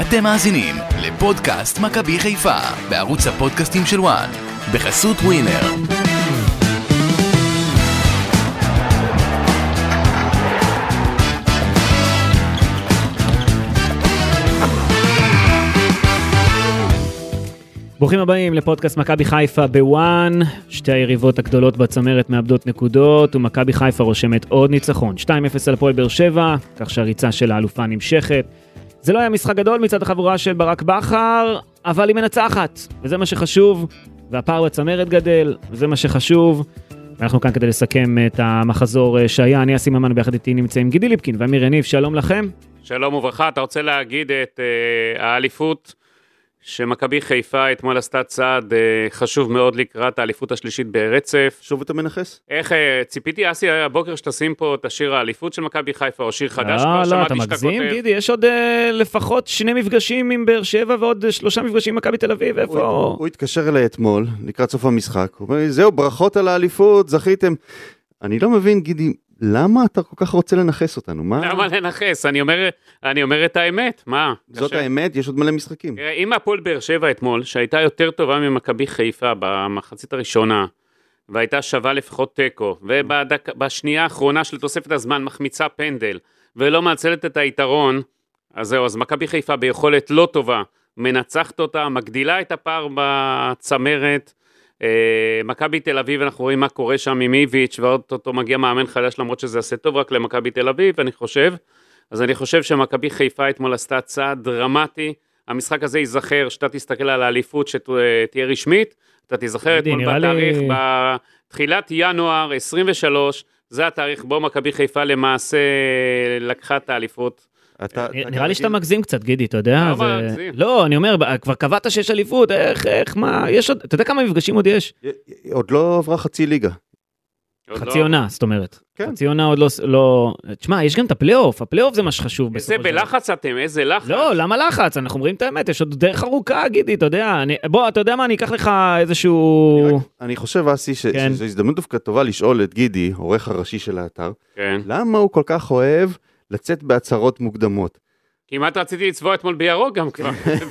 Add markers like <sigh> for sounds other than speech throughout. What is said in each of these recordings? אתם מאזינים לפודקאסט מכבי חיפה בערוץ הפודקאסטים של וואן בחסות ווינר. ברוכים הבאים לפודקאסט מכבי חיפה בוואן, שתי היריבות הגדולות בצמרת מאבדות נקודות, ומכבי חיפה רושמת עוד ניצחון, 2-0 על הפועל באר שבע, כך שהריצה של האלופה נמשכת. זה לא היה משחק גדול מצד החבורה של ברק בכר, אבל היא מנצחת, וזה מה שחשוב, והפער בצמרת גדל, וזה מה שחשוב. אנחנו כאן כדי לסכם את המחזור אה, שהיה, אני אסי ממן ביחד איתי נמצאים גידי ליפקין ואמיר יניב, שלום לכם. שלום וברכה, אתה רוצה להגיד את uh, האליפות שמכבי חיפה אתמול עשתה צעד uh, חשוב מאוד לקראת האליפות השלישית ברצף. שוב אתה מנכס? איך uh, ציפיתי, אסי, הבוקר שתשים פה את השיר האליפות של מכבי חיפה או שיר חדש, לא, כבר לא, שמעתי אתה שאתה מגזים, כותב. גידי, יש עוד אה, לפחות שני מפגשים עם באר שבע ועוד אה, שלושה מפגשים עם מכבי תל אביב, הוא, איפה? הוא התקשר אליי אתמול, לקראת סוף המשחק, הוא אומר לי, זהו, ברכות על האליפות, זכיתם. אני לא מבין, גידי, למה אתה כל כך רוצה לנכס אותנו? מה? למה לנכס? אני אומר, אני אומר את האמת, מה? זאת קשה. האמת, יש עוד מלא כן. משחקים. תראה, אם הפועל באר שבע אתמול, שהייתה יותר טובה ממכבי חיפה במחצית הראשונה, והייתה שווה לפחות תיקו, ובשנייה האחרונה של תוספת הזמן מחמיצה פנדל, ולא מאצלת את היתרון, אז זהו, אז מכבי חיפה ביכולת לא טובה, מנצחת אותה, מגדילה את הפער בצמרת. אה, מכבי תל אביב, אנחנו רואים מה קורה שם עם איביץ', ועוד אותו מגיע מאמן חדש, למרות שזה יעשה טוב רק למכבי תל אביב, אני חושב. אז אני חושב שמכבי חיפה אתמול עשתה צעד דרמתי. המשחק הזה ייזכר, שאתה תסתכל על האליפות שתהיה רשמית, אתה תיזכר מדהים, אתמול נראה לי- בתאריך, בתחילת ינואר 23, זה התאריך בו מכבי חיפה למעשה אה, לקחה את האליפות. אתה- אתה אה, אה, נראה לי שאתה כרגיל- מגזים קצת, גידי, אתה יודע. לא זה- מגזים. לא, אני אומר, ב- כבר קבעת שיש אליפות, איך, איך, מה, יש עוד, אתה יודע כמה מפגשים עוד יש? עוד לא עברה חצי ליגה. עוד חצי לא- עונה, זאת אומרת. כן. חצי עונה עוד לא, לא, תשמע, יש גם את הפלייאוף, הפלייאוף זה מה שחשוב בסופו איזה של דבר. בלחץ אתם, איזה לחץ. לא, למה לחץ? אנחנו אומרים את האמת, יש עוד דרך ארוכה, גידי, אתה יודע. אני- בוא, אתה יודע מה, אני אקח לך איזשהו... אני רק- אני חושב, אסי, ש- כן. שזו הזדמנות דווקא טובה לשאול את גידי, עורך הראשי של האתר, כן. למה הוא כל כך אוהב לצאת בהצהרות מוקדמות. כמעט רציתי לצבוע אתמול בירוק גם כבר. <laughs>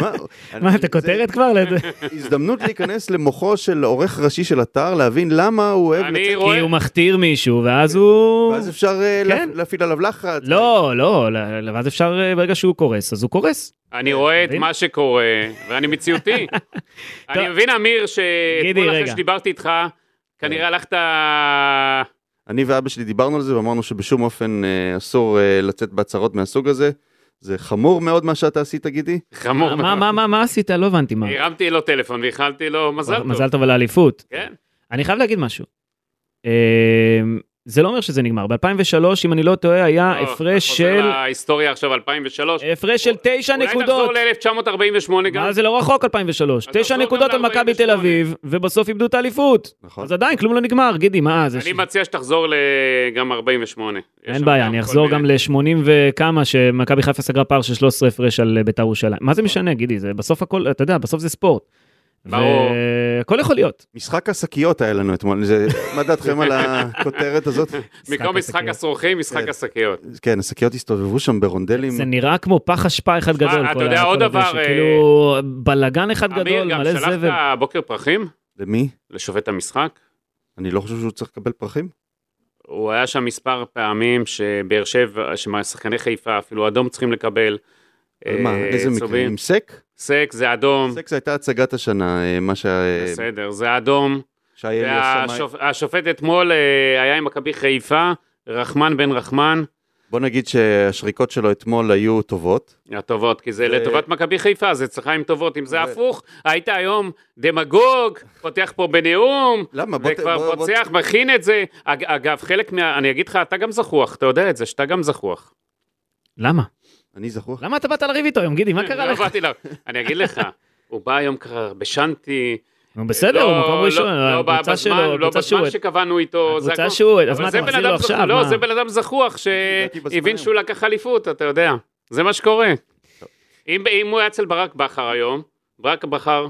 מה, מה, את זה- הכותרת כבר? <laughs> הזדמנות להיכנס למוחו של עורך ראשי של אתר, להבין למה הוא אוהב אני לצאת כי רואה, הוא מכתיר מישהו, ואז הוא... ואז אפשר אה, לה- כן. להפעיל עליו לחץ. לא, לא, לא, לא, ואז אפשר, אה, ברגע שהוא קורס, אז הוא קורס. אני רואה את אה, מבין? מה שקורה, ואני <laughs> מציאותי. אני מבין, אמיר, גידי, שאתמול אחרי רגע. כן. שדיברתי איתך, כנראה הלכת... אני ואבא שלי דיברנו על זה ואמרנו שבשום אופן אה, אסור אה, לצאת בהצהרות מהסוג הזה. זה חמור מאוד מה שאתה עשית, גידי. חמור. מה, מה, מה, מה עשית? לא הבנתי מה. הרמתי לו טלפון ואיחלתי לו אה, מזל טוב. מזל טוב על האליפות. כן. אני חייב להגיד משהו. אמ, זה לא אומר שזה נגמר. ב-2003, אם אני לא טועה, היה לא, אתה הפרש חוזר של... להיסטוריה עכשיו 2003. הפרש של תשע אולי נחזור נקודות. ל-1948 גם. מה זה לא רחוק 2003. אז תשע נחזור גם נקודות על מכבי תל ל-48. אביב, ובסוף איבדו את האליפות. נכון. אז עדיין כלום לא נגמר, גידי, מה זה? אני ש- מציע שתחזור ל- גם 48. יש אין שם בעיה, גם אני כל אחזור מיני- גם ל-80 וכמה, שמכבי חיפה סגרה פער של 13 הפרש על אה, בית"ר ירושלים. נכון. מה זה משנה, גידי? זה בסוף הכל, אתה יודע, בסוף זה ספורט. ברור. והכל יכול להיות. משחק השקיות היה לנו אתמול, <laughs> זה- מה דעתכם על הכותרת הזאת? במקום משחק השקיות. הסרוכים, משחק כן. השקיות. כן, השקיות הסתובבו שם ברונדלים. זה נראה כמו פח אשפה אחד שמע, גדול. אתה כל יודע, ה- כל עוד הזה, דבר, אה, שכאילו, בלאגן אחד אמיר, גדול, גם מלא זבל. שלחת בוקר פרחים למי? לשופט המשחק? אני לא חושב שהוא צריך לקבל פרחים. הוא היה שם מספר פעמים שבאר שבע, ששחקני חיפה, אפילו אדום צריכים לקבל. על מה, אה, איזה מקרה? צהובים. עם סק? סק זה אדום, סק זה הייתה הצגת השנה, אה, מה שה- בסדר, זה אדום. שהיה לי השמאי. והשופט אתמול אה, היה עם מכבי חיפה, רחמן בן רחמן, בוא נגיד שהשריקות שלו אתמול היו טובות. הטובות, כי זה זה- לטובת מכבי חיפה, זה אצלך עם טובות. אם זה זה- הפוך, היית היום דמגוג, פותח פה בנאום, למה? בוא ת- בוא- וכבר בוא- פוצח, מכין את זה. אג- אגב, חלק מה... אני אגיד לך, אתה גם זחוח, אתה יודע את זה, שאתה גם זחוח. למה? אני זכור. למה אתה באת לריב איתו היום, גידי? מה קרה לא לך? באתי לה- אני אגיד לך, הוא בא היום ככה, בשנתי. נו, בסדר, הוא לא- מקום לא- ראשון, לא בא הקבוצה בזמן, שלו, לא הקבוצה שהוא... בזמן שקבענו איתו. זה הקבוצה הכל. שהוא... אז אבל מה, זה אתה בן מחזיר אדם לו זחוח- עכשיו? לא, מה? זה בן אדם זחוח הגעתי בזמן שהבין היום. שהוא לקח אליפות, אתה יודע. זה מה שקורה. אם אם הוא היה אצל ברק בכר היום, ברק בכר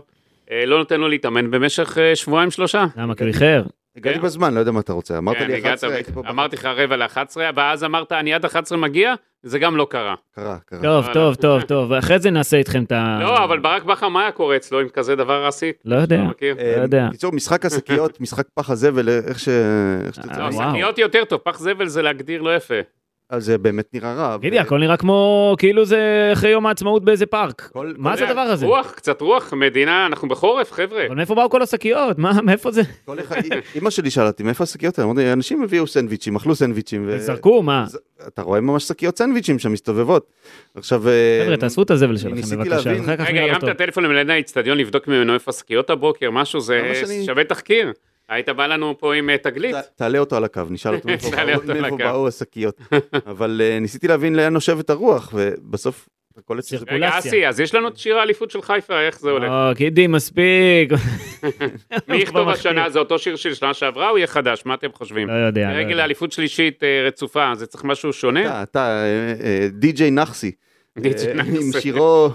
אה, לא נותן לו להתאמן במשך אה, שבועיים שלושה. למה, כי הוא איחר? הגעתי כן. בזמן, לא יודע מה אתה רוצה. אמרת כן, לי הגעת 11, ב- הייתי פה ב- אמרתי לך רבע ל-11, ואז אמרת, אני עד 11 מגיע, זה גם לא קרה. קרה, קרה. טוב, אה, טוב, טוב, טוב, אחרי זה נעשה איתכם את ה... לא, אבל ברק בכר, מה היה קורה אצלו עם כזה דבר עסיק? לא יודע. לא מכיר. אה, לא יודע. בקיצור, משחק השקיות, משחק פח הזבל, איך ש... איך שאתה אה, לא, צריך. וואו. שקיות יותר טוב, פח זבל זה להגדיר לא יפה. אז זה באמת נראה רע. תגידי, ו- הכל נראה כמו, כאילו זה אחרי יום העצמאות באיזה פארק. כל- מה כל- זה הדבר הזה? רוח, קצת רוח, מדינה, אנחנו בחורף, חבר'ה. כן. אבל מאיפה באו כל השקיות? מה, מאיפה זה? כל אחד, אימא שלי שאלה אותי, מאיפה השקיות האלה? אמרתי, אנשים הביאו סנדוויצ'ים, אכלו סנדוויצ'ים. ו- זרקו, מה? ז- אתה רואה ממש שקיות סנדוויצ'ים שם מסתובבות. עכשיו... אה, חבר'ה, תעשו את הזבל שלכם ניסיתי בבקשה, להבין- אחר כך רגע, נראה לא הרמת טוב. טלפון למלנה האיצטדיון לבדוק ממנו איפה השקיות הבוקר, משהו, זה למה שאני- שווה תחקיר. היית בא לנו פה עם אה, תגלית. ת- תעלה אותו על הקו, נשאל אותו מאיפה <laughs> תעלה אותו באו- על מאיפה הקו. באו השקיות. אבל אה, ניסיתי להבין לאן נושבת הרוח, ובסוף הכל אצלי. סירקול. רגע, רגולציה. אסי, אז יש לנו את שיר האליפות של חיפה, איך אה, זה הולך? או, קידי, מספיק. מי יכתוב <laughs> כבר השנה? מחטיא. זה אותו שיר של שנה שעברה או יהיה חדש? מה אתם חושבים? לא יודע. לא רגל יודע. האליפות שלישית אה, רצופה, זה צריך משהו שונה? אתה, אתה, אה, אה, די.ג'יי נחסי. די.ג'יי אה, נחסי. עם שירו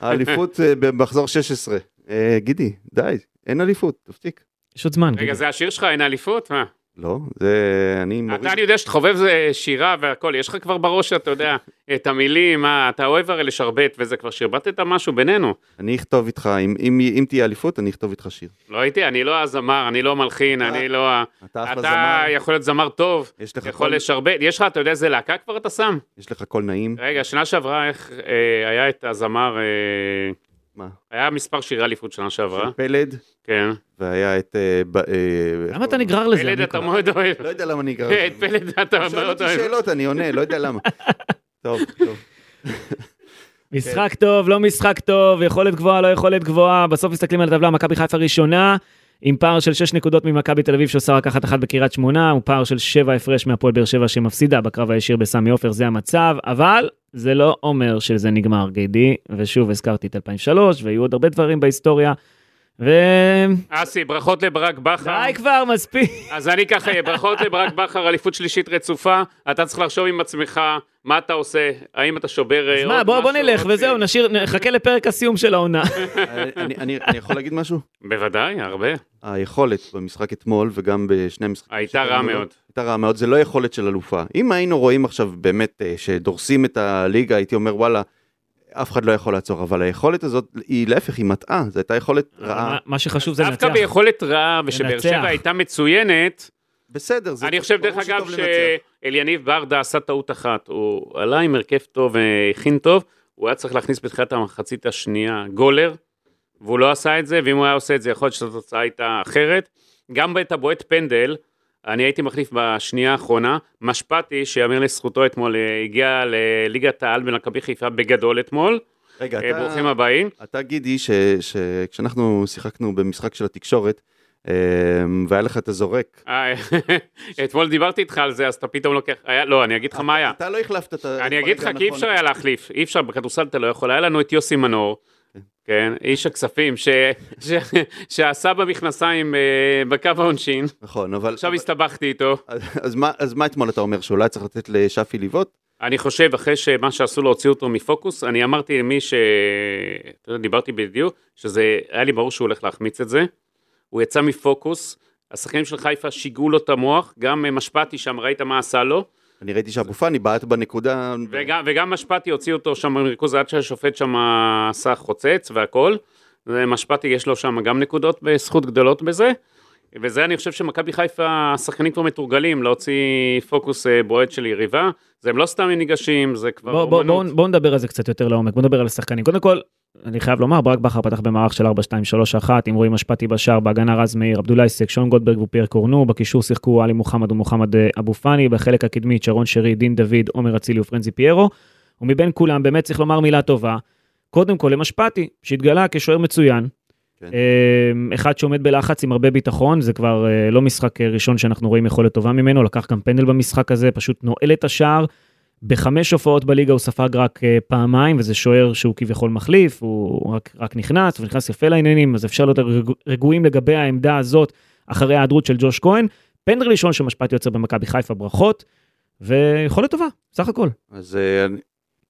האליפות אה, במחזור 16. אה, גידי, די, אין אליפות, תפסיק. יש עוד זמן. כאילו. רגע, גידי. זה השיר שלך, אין אליפות? מה? לא, זה... אני מוריד... אתה, אני יודע שאתה חובב אה, שירה והכל, יש לך כבר בראש, אתה יודע, את המילים, מה, אתה אוהב הרי לשרבט וזה, כבר שרבטת משהו בינינו. אני אכתוב איתך, אם, אם, אם תהיה אליפות, אני אכתוב איתך שיר. לא הייתי, אני לא הזמר, אני לא מלחין, אני לא... ה- אתה אחלה אתה זמר, יכול להיות זמר טוב, יש לך יכול קול- לשרבט, יש לך, אתה יודע איזה להקה כבר אתה שם? יש לך קול נעים. רגע, שנה שעברה, איך אה, היה את הזמר, אה, מה? היה מספר שירי אליפות שנה שעברה, של פלד, כן. והיה את... אה, ב- אה, למה אתה נגרר לזה? פלד ניקו? אתה מאוד אוהב. לא יודע למה אני אקרא. את <laughs> פלד אתה הוא שואל מאוד אותי אוהב. שאלות, אני עונה, לא יודע למה. <laughs> טוב, טוב. משחק טוב, לא משחק טוב, יכולת גבוהה, לא יכולת גבוהה, בסוף מסתכלים על הטבלה, מכבי חיפה ראשונה, עם פער של 6 נקודות ממכבי תל אביב שעושה רק אחת אחת בקריית שמונה, ופער של 7 הפרש מהפועל באר שבע שמפסידה בקרב הישיר בסמי עופר, זה המצב, אבל זה לא אומר שזה נגמר, גידי, ושוב הזכרתי את 2003, והיו עוד הרבה דברים בהיסטוריה, ו... אסי, ברכות לברק בכר. די כבר, מספיק. אז אני ככה, אה, ברכות לברק בכר, אליפות שלישית רצופה. אתה צריך לחשוב עם עצמך, מה אתה עושה, האם אתה שובר אה, אז עוד מה, משהו. בוא בוא נלך, אוקיי. וזהו, נשאיר, נחכה לפרק הסיום של העונה. אני- אני אני יכול להגיד משהו? בוודאי, הרבה. היכולת במשחק אתמול וגם בשני המשחקים. הייתה שקדמו רע לו, מאוד. הייתה רע מאוד, זה לא יכולת של אלופה. אם היינו רואים עכשיו באמת אה, שדורסים את הליגה, הייתי אומר וואלה, אף אחד לא יכול לעצור, אבל היכולת הזאת היא להפך, היא מטעה, זו הייתה יכולת אה, רעה. מה- מה שחשוב זה דווקא לנצח. ביכולת רעה, ושבאר לנצח. שבע הייתה מצוינת, בסדר, זה... אני חושב, ברור דרך אגב, שטוב לנצח. שאליניב ברדה עשה טעות אחת. הוא עלה עם הרכב טוב, אה, הכין טוב, הוא היה צריך להכניס בתחילת המחצית השנייה גולר, והוא לא עשה את זה, ואם הוא היה עושה את זה, יכול להיות שהתוצאה הייתה אחרת. גם בעת הבועט פנדל, אני הייתי מחליף בשנייה האחרונה, משפטי, שיאמר לזכותו אתמול, אה, הגיע לליגת העל במכבי חיפה בגדול אתמול. רגע, אה, ברוכים אתה- הבאים. אתה גידי, ש- שכשאנחנו שיחקנו במשחק של התקשורת, אה, והיה לך את הזורק. אה, <laughs> אתמול דיברתי איתך על זה, אז אתה פתאום לוקח... היה- לא, אני אגיד לך מה היה. אתה לא החלפת את נכון. ה... אני את אגיד ברגע לך, כי אי הנכון. אפשר היה להחליף, אי אפשר, בכדורסל אתה לא יכול, היה לנו את יוסי מנור, כן, איש הכספים, ש- ש- שעשה במכנסיים אה, בקו העונשין, נכון, אבל... עכשיו אבל- הסתבכתי איתו. אז מה- אז מה אתמול אתה אומר, שאולי צריך לתת לשאפי לבעוט? אני חושב, אחרי שמה שעשו לו, הוציאו אותו מפוקוס, אני אמרתי למי ש... אתה יודע, דיברתי בדיוק, שזה, היה לי ברור שהוא הולך להחמיץ את זה. הוא יצא מפוקוס, השחקנים של חיפה שיגעו לו את המוח, גם אה, משפטי שם, ראית מה עשה לו, אני ראיתי שאבו פאני בעט בנקודה... וגם, וגם משפטי הוציא אותו שם מריכוז עד שהשופט שם עשה חוצץ והכל. זה משפטי יש לו שם גם נקודות בזכות גדולות בזה. וזה אני חושב שמכבי חיפה, השחקנים כבר מתורגלים להוציא פוקוס אה, בועט של יריבה. זה הם לא סתם ניגשים, זה כבר בוא, בוא, בוא, בוא נדבר על זה קצת יותר לעומק, בוא נדבר על השחקנים. קודם כל, אני חייב לומר, ברק בכר פתח במערך של 4-2-3-1, עם רועי משפטי בשער, בהגנה רז מאיר, עבדולאי סק, שון גולדברג ופייר קורנו, בקישור שיחקו עלי מוחמד ומוחמד אה, אבו פאני, בחלק הקדמי את שרון שרי, דין דוד, עומר אצילי ופרנזי פיירו, ומבין כולם באמת צריך לומר מילה טובה, קודם כל למשפטי, שהתגלה כשוער מצוין. כן. אה, אחד שעומד בלחץ עם הרבה ביטחון, זה כבר אה, לא משחק אה, ראשון שאנחנו רואים יכולת טובה ממנו, לקח גם פנדל במשחק הזה, פשוט נועל את השער. בחמש הופעות בליגה הוא ספג רק אה, פעמיים, וזה שוער שהוא כביכול מחליף, הוא רק, רק נכנס, הוא נכנס יפה לעניינים, אז אפשר להיות רגוע- רגועים לגבי העמדה הזאת אחרי ההיעדרות של ג'וש כהן. פנדל ראשון שמשפט יוצר במכבי חיפה, ברכות, ויכולת טובה, סך הכל. אז אה,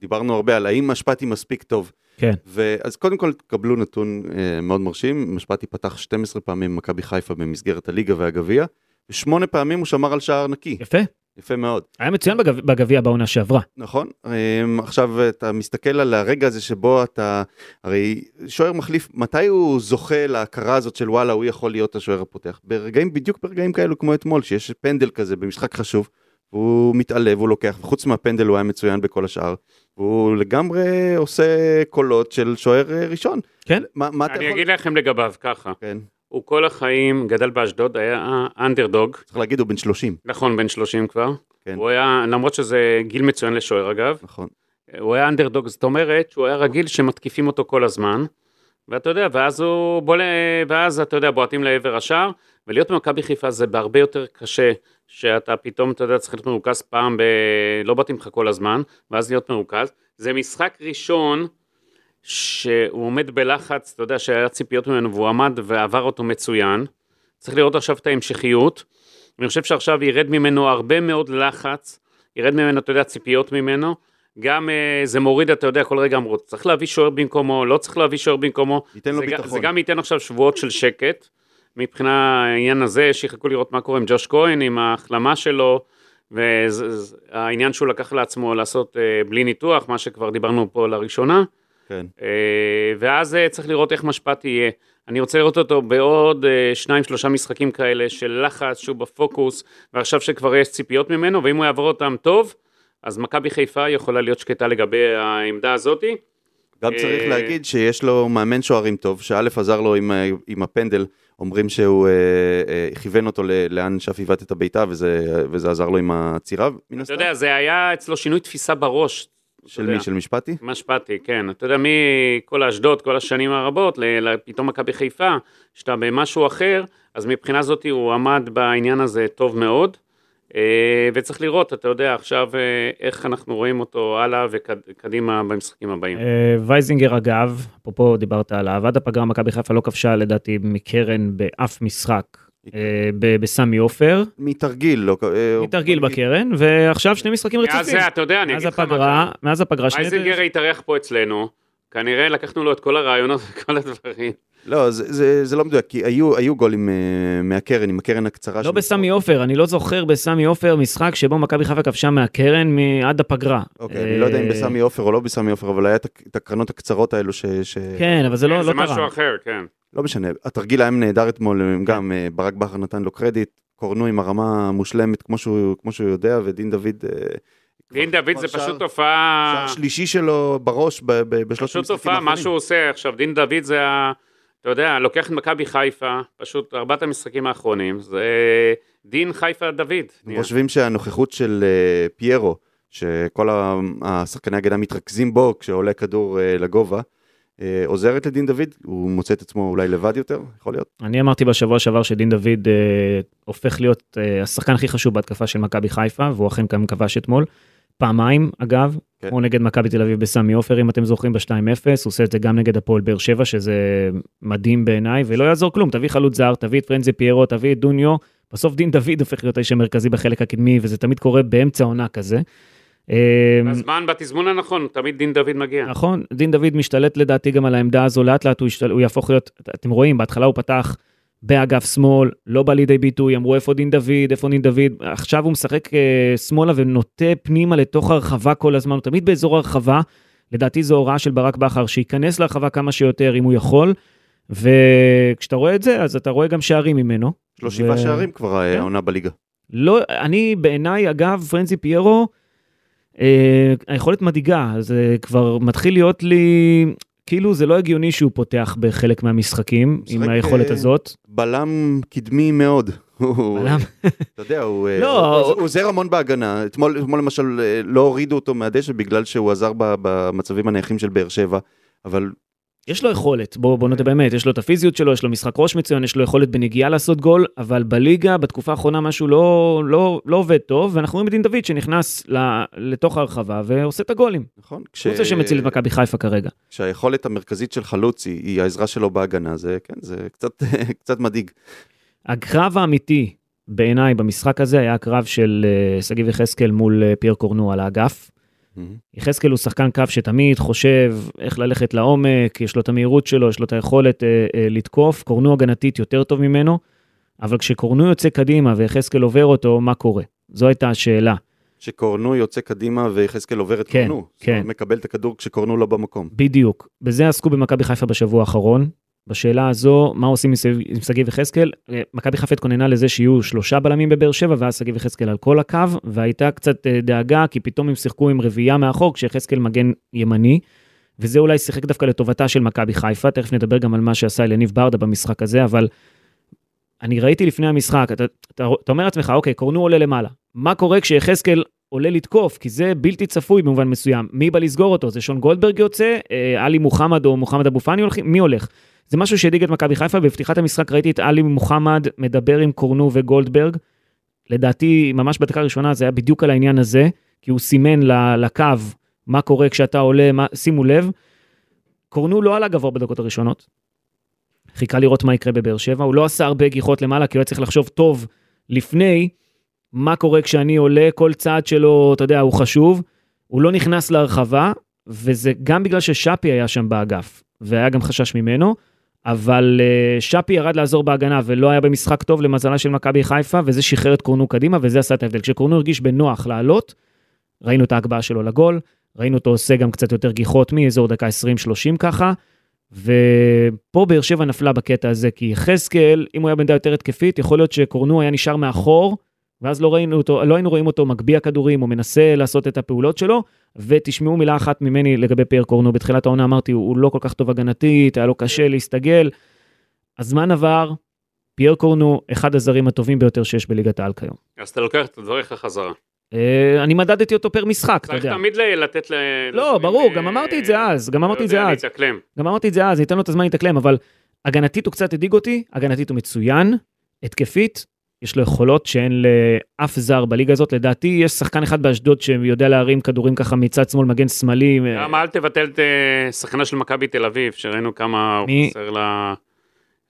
דיברנו הרבה על האם משפטי מספיק טוב. כן. ואז קודם כל תקבלו נתון אה, מאוד מרשים, משפטי פתח 12 פעמים מכבי חיפה במסגרת הליגה והגביע, ושמונה פעמים הוא שמר על שער נקי, יפה. יפה מאוד, היה מצוין בגב- בגביע בעונה שעברה. נכון? אה, עכשיו אתה מסתכל על הרגע הזה שבו אתה, הרי שוער מחליף, מתי הוא זוכה להכרה הזאת של וואלה, הוא יכול להיות השוער הפותח? ברגעים, בדיוק ברגעים כאלו כמו אתמול, שיש פנדל כזה במשחק חשוב, הוא מתעלב, הוא לוקח, וחוץ מהפנדל הוא היה מצוין בכל השאר, והוא לגמרי עושה קולות של שוער אה, ראשון. כן. מה, מה אתה אני יכול... אגיד לכם לגביו ככה, כן, הוא כל החיים גדל באשדוד, היה אנדרדוג, צריך להגיד, הוא בן 30, נכון, בן 30 כבר. כן. הוא היה, למרות שזה גיל מצוין לשוער אגב, נכון. הוא היה אנדרדוג, זאת אומרת שהוא היה רגיל שמתקיפים אותו כל הזמן, ואתה יודע, ואז הוא בולה, ואז אתה יודע, בועטים לעבר השער, ולהיות במכבי חיפה זה בהרבה יותר קשה, שאתה פתאום, אתה יודע, צריך להיות מרוכז פעם, ב... לא בועטים לך כל הזמן, ואז להיות מרוכז. זה משחק ראשון שהוא עומד בלחץ, אתה יודע, שהיה ציפיות ממנו והוא עמד ועבר אותו מצוין. צריך לראות עכשיו את ההמשכיות. אני חושב שעכשיו ירד ממנו הרבה מאוד לחץ, ירד ממנו, אתה יודע, ציפיות ממנו. גם אה, זה מוריד, אתה יודע, כל רגע אמרו, צריך להביא שוער במקומו, לא צריך להביא שוער במקומו. ייתן לו זה, ג- ביטחון. זה גם ייתן עכשיו שבועות של שקט. מבחינה העניין הזה, שיחכו לראות מה קורה עם ג'וש כהן, עם ההחלמה שלו, והעניין שהוא לקח לעצמו לעשות אה, בלי ניתוח, מה שכבר דיברנו פה לראשונה. כן. אה, ואז אה, צריך לראות איך משפט יהיה. אני רוצה לראות אותו בעוד אה, שניים, שלושה משחקים כאלה של לחץ, שהוא בפוקוס, ועכשיו שכבר יש ציפיות ממנו, ואם הוא יעבור אותם טוב, אז מכבי חיפה יכולה להיות שקטה לגבי העמדה הזאתי. גם אה, צריך להגיד שיש לו מאמן שוערים טוב, שא' עזר לו עם, ה- עם הפנדל, אומרים שהוא אה, אה, כיוון אותו ל- לאן שף עיוות את הבעיטה, וזה, וזה עזר לו עם הצירה, מן אתה הסתם, יודע, זה היה אצלו שינוי תפיסה בראש. אתה של יודע. מי? של משפטי? משפטי, כן. אתה יודע, מכל אשדוד, כל השנים הרבות, ל- ל- פתאום מכבי חיפה, שאתה במשהו אחר, אז מבחינה זאת הוא עמד בעניין הזה טוב מאוד. אה, וצריך לראות, אתה יודע, עכשיו אה, איך אנחנו רואים אותו הלאה וקדימה במשחקים הבאים. אה, וייזינגר אגב, אפרופו דיברת עליו, עד הפגרה מכבי חיפה לא כבשה לדעתי מקרן באף משחק אה, ב- בסמי עופר. מתרגיל, לא... אה, מתרגיל בוא נגיד, בקרן, ועכשיו שני משחקים מאז רצופים. זה, אה, אתה יודע, אני מאז אגיד לך מה קרה. הפגרה, מאז הפגרה שני... אייזנגר התארח פה אצלנו, כנראה לקחנו לו את כל הרעיונות וכל הדברים. לא, זה, זה, זה לא מדויק, כי היו, היו גולים אה, מהקרן, עם הקרן הקצרה. לא של- בסמי עופר, אני לא זוכר בסמי עופר משחק שבו מכבי חיפה כבשה מהקרן מ- עד הפגרה. אוקיי, אני לא יודע אם אה, בסמי עופר או לא בסמי עופר, אבל היה את הק- את הקרנות הקצרות האלו ש... ש... כן, אבל זה לא אה, זה לא משהו קרה. אחר, כן. לא משנה, התרגיל היה נהדר אתמול, הם גם אה, ברק בכר נתן לו קרדיט, קורנו עם הרמה המושלמת כמו שהוא, כמו שהוא יודע, ודין דוד, אה, דין כבר- דוד כבר זה שער- פשוט תופעה... שער שלישי שלו בראש ב- ב- בשלושת פשוט המשחקים תופעה, האחרונים. מה שהוא עושה עכשיו, דין דוד זה ה... אתה יודע, לוקח את מכבי חיפה, פשוט ארבעת המשחקים האחרונים, זה דין חיפה דוד. הם נהיה. חושבים שהנוכחות של אה, פיירו, שכל ה- השחקני הגנה מתרכזים בו כשעולה כדור אה, לגובה, אה, עוזרת לדין דוד, הוא מוצא את עצמו אולי לבד יותר, יכול להיות. אני אמרתי בשבוע שעבר שדין דוד אה, הופך להיות אה, השחקן הכי חשוב בהתקפה של מכבי חיפה, והוא אכן גם כבש אתמול. פעמיים, אגב, כן. כמו נגד מכבי תל אביב בסמי עופר, אם אתם זוכרים, ב-2-0, הוא עושה את זה גם נגד הפועל באר שבע, שזה מדהים בעיניי, ולא יעזור כלום, תביא חלוץ זר, תביא את פרנזי פיירו, תביא את דוניו, בסוף דין דוד הופך להיות האיש המרכזי בחלק הקדמי, וזה תמיד קורה באמצע עונה כזה. אה, הזמן בתזמון הנכון, תמיד דין דוד מגיע. נכון, דין דוד משתלט לדעתי גם על העמדה הזו, לאט לאט הוא, ישתל, הוא יהפוך להיות, את- אתם רואים, בהתחלה הוא פתח באגף שמאל, לא בא לידי ביטוי, אמרו איפה דין דוד, איפה דין דוד, עכשיו הוא משחק אה, שמאלה ונוטה פנימה לתוך הרחבה כל הזמן, הוא תמיד באזור הרחבה, לדעתי זו הוראה של ברק בכר, שייכנס להרחבה כמה שיותר אם הוא יכול, וכשאתה רואה את זה, אז אתה רואה גם שערים ממנו. יש לו שבעה ו- שערים כבר כן. אה, העונה בליגה. לא, אני בעיניי, אגב, פרנזי פיירו, אה, היכולת מדאיגה, זה כבר מתחיל להיות לי, כאילו זה לא הגיוני שהוא פותח בחלק מהמשחקים עם משחק, היכולת אה, הזאת. בלם קדמי מאוד. <laughs> הוא- בלם. אתה יודע, הוא אה, לא, הוא- הוא- הוא עוזר המון בהגנה. אתמול אתמול למשל אה, לא הורידו אותו מהדשא בגלל שהוא עזר ב- במצבים הנייחים של באר שבע, אבל יש לו יכולת, בואו בוא נודה באמת, יש לו את הפיזיות שלו, יש לו משחק ראש מצוין, יש לו יכולת בנגיעה לעשות גול, אבל בליגה, בתקופה האחרונה משהו לא, לא, לא עובד טוב, ואנחנו רואים את דין דוד שנכנס ל, לתוך הרחבה ועושה את הגולים. נכון? כש- הוא זה שמציל את מכבי חיפה כרגע. כשהיכולת המרכזית של חלוץ היא, היא העזרה שלו בהגנה, זה כן, זה קצת, <laughs> קצת מדאיג. הקרב האמיתי בעיניי במשחק הזה היה הקרב של אה, שגיב יחזקאל מול אה, פייר קורנו על האגף. יחזקאל הוא שחקן קו שתמיד חושב איך ללכת לעומק, יש לו את המהירות שלו, יש לו את היכולת אה, אה, לתקוף, קורנו הגנתית יותר טוב ממנו, אבל כשקורנו יוצא קדימה ויחזקאל עובר אותו, מה קורה? זו הייתה השאלה. שקורנו יוצא קדימה ויחזקאל עובר את כן, קורנו. זאת כן. אומרת, מקבל את הכדור כשקורנו לא במקום. בדיוק. בזה עסקו במכבי חיפה בשבוע האחרון. בשאלה הזו, מה עושים עם שגיב- עם שגיב יחזקאל? אה, מכבי חיפה התכוננה לזה שיהיו שלושה בלמים בבאר שבע, ואז שגיב יחזקאל על כל הקו, והייתה קצת אה, דאגה, כי פתאום הם שיחקו עם רביעייה מאחור, כשיחזקאל מגן ימני, וזה אולי שיחק דווקא לטובתה של מכבי חיפה, תכף נדבר גם על מה שעשה אלניב ברדה במשחק הזה, אבל אני ראיתי לפני המשחק, אתה, אתה, אתה אומר לעצמך, אוקיי, קורנו עולה למעלה. מה קורה כשיחזקאל עולה לתקוף, כי זה בלתי צפוי במובן מסוים. מי בא לסגור אותו? זה שון גולדברג יוצא? אה, עלי מוחמד או מוחמד אבו פאני הולכים? מי הולך? זה משהו שהדאיג את מכבי חיפה, בפתיחת המשחק ראיתי את עלי מוחמד מדבר עם קורנו וגולדברג. לדעתי, ממש בדקה הראשונה זה היה בדיוק על העניין הזה, כי הוא סימן ל- לקו מה קורה כשאתה עולה, מה, שימו לב. קורנו לא עלה גבוה בדקות הראשונות. חיכה לראות מה יקרה בבאר שבע, הוא לא עשה הרבה גיחות למעלה, כי הוא היה צריך לחשוב טוב לפני מה קורה כשאני עולה, כל צעד שלו, אתה יודע, הוא חשוב. הוא לא נכנס להרחבה, וזה גם בגלל ששאפי היה שם באגף, והיה גם חשש ממנו, אבל אה, שאפי ירד לעזור בהגנה ולא היה במשחק טוב למזלה של מכבי חיפה, וזה שחרר את קורנו קדימה, וזה עשה את ההבדל. כשקורנו הרגיש בנוח לעלות, ראינו את ההגבהה שלו לגול, ראינו אותו עושה גם קצת יותר גיחות מאזור דקה 20-30 ככה, ופה באר שבע נפלה בקטע הזה, כי יחזקאל, אם הוא היה בעמדה יותר התקפית, יכול להיות שקורנו היה נשאר מאחור, ואז לא, ראינו אותו, לא היינו רואים אותו מגביה כדורים, או מנסה לעשות את הפעולות שלו, ותשמעו מילה אחת ממני לגבי פייר קורנו. בתחילת העונה אמרתי, הוא הוא לא כל כך טוב הגנתית, היה לו קשה להסתגל. הזמן עבר, פייר קורנו, אחד הזרים הטובים ביותר שיש בליגת העל כיום. אז אתה לוקח את דבריך חזרה. אה, אני מדדתי אותו פר משחק, אתה צריך יודע. תמיד ל- לתת ל... לא, לזרים, ברור, אה, גם אמרתי את זה אז, גם אתה אמרתי את זה יודע, אז. להתאקלם. גם אמרתי את זה אז, ניתן לו את הזמן להתאקלם, אבל הגנתית הוא קצת הדאיג אותי, הגנתית הוא מצוין, התקפית, יש לו יכולות שאין לאף זר בליגה הזאת, לדעתי יש שחקן אחד באשדוד שיודע להרים כדורים ככה מצד שמאל, מגן שמאלי, אה, למה אל תבטל את אה, שחקנה של מכבי תל אביב, שראינו כמה הוא מי? חסר לה...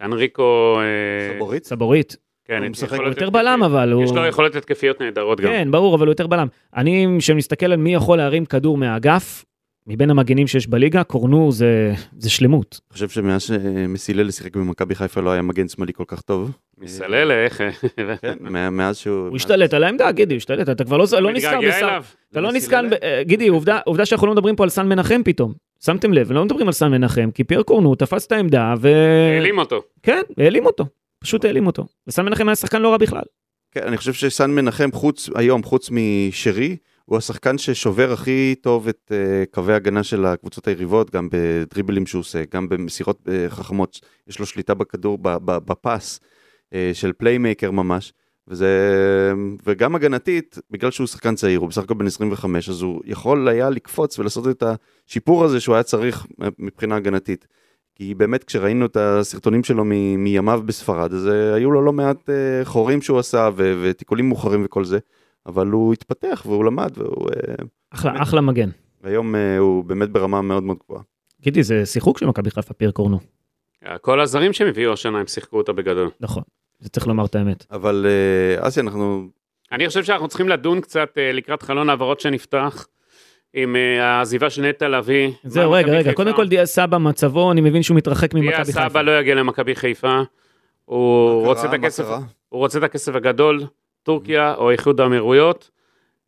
אנריקו... אה, סבורית? סבורית, כן, הוא את משחק יכולת הוא יותר התקפית. בלם אבל, הוא... יש לו יכולות התקפיות נהדרות גם. כן, ברור, אבל הוא יותר בלם. אני, כשאני מסתכל על מי יכול להרים כדור מהאגף, מבין המגנים שיש בליגה, קורנו זה, זה שלמות. אני חושב שמאז שמסיללה שיחק במכבי חיפה לא היה מגן שמאלי כל כך טוב. מסללה, איך... <laughs> כן, מה- מאז שהוא... הוא השתלט על העמדה, גידי, הוא השתלט, אתה כבר לא, לא נזכר מתגעגע בסן- אליו. אתה לא למסילה נזכר, לב. ב- אה, אוקיי. גידי, עובדה, עובדה שאנחנו לא מדברים פה על סן מנחם פתאום. שמתם לב, לא מדברים על סן מנחם, כי פייר קורנו תפס את העמדה ו... העלים אותו. כן, העלים אותו. פשוט העלים אותו. וסן מנחם היה שחקן לא רע בכלל. כן, אני חושב שסן מנחם חוץ, היום, חוץ משרי, הוא השחקן ששובר הכי טוב את uh, קווי ההגנה של הקבוצות היריבות, גם בדריבלים שהוא עושה, גם במסירות uh, חכמות. יש לו שליטה בכדור, ב- ב- בפס uh, של פליימייקר ממש. וזה, וגם הגנתית, בגלל שהוא שחקן צעיר, הוא בסך הכל בן 25, אז הוא יכול היה לקפוץ ולעשות את השיפור הזה שהוא היה צריך אה, מבחינה הגנתית. כי באמת כשראינו את הסרטונים שלו מ- מימיו בספרד, אז אה, היו לו לא מעט אה, חורים שהוא עשה ו- ותיקולים מאוחרים וכל זה, אבל הוא התפתח והוא למד, והוא אה, אחלה, אחלה מגן. היום אה, הוא באמת ברמה מאוד מאוד גבוהה. גידי, זה שיחוק של מכבי חיפה, פייר קורנו. כל הזרים שהם הביאו השנה, הם שיחקו אותה בגדול. נכון. זה צריך לומר את האמת. אבל אה, אסי, אנחנו... אני חושב שאנחנו צריכים לדון קצת אה, לקראת חלון העברות שנפתח, עם אה, העזיבה של נטע לביא. זהו, מה רגע, מכבי רגע. חיפה? קודם כל דיה סבא, מצבו, אני מבין שהוא מתרחק דיה ממכבי חיפה. סבא לא יגיע למכבי חיפה. הוא רוצה את מה הכסף, קרה? הוא רוצה את הכסף הגדול, טורקיה או איחוד האמירויות.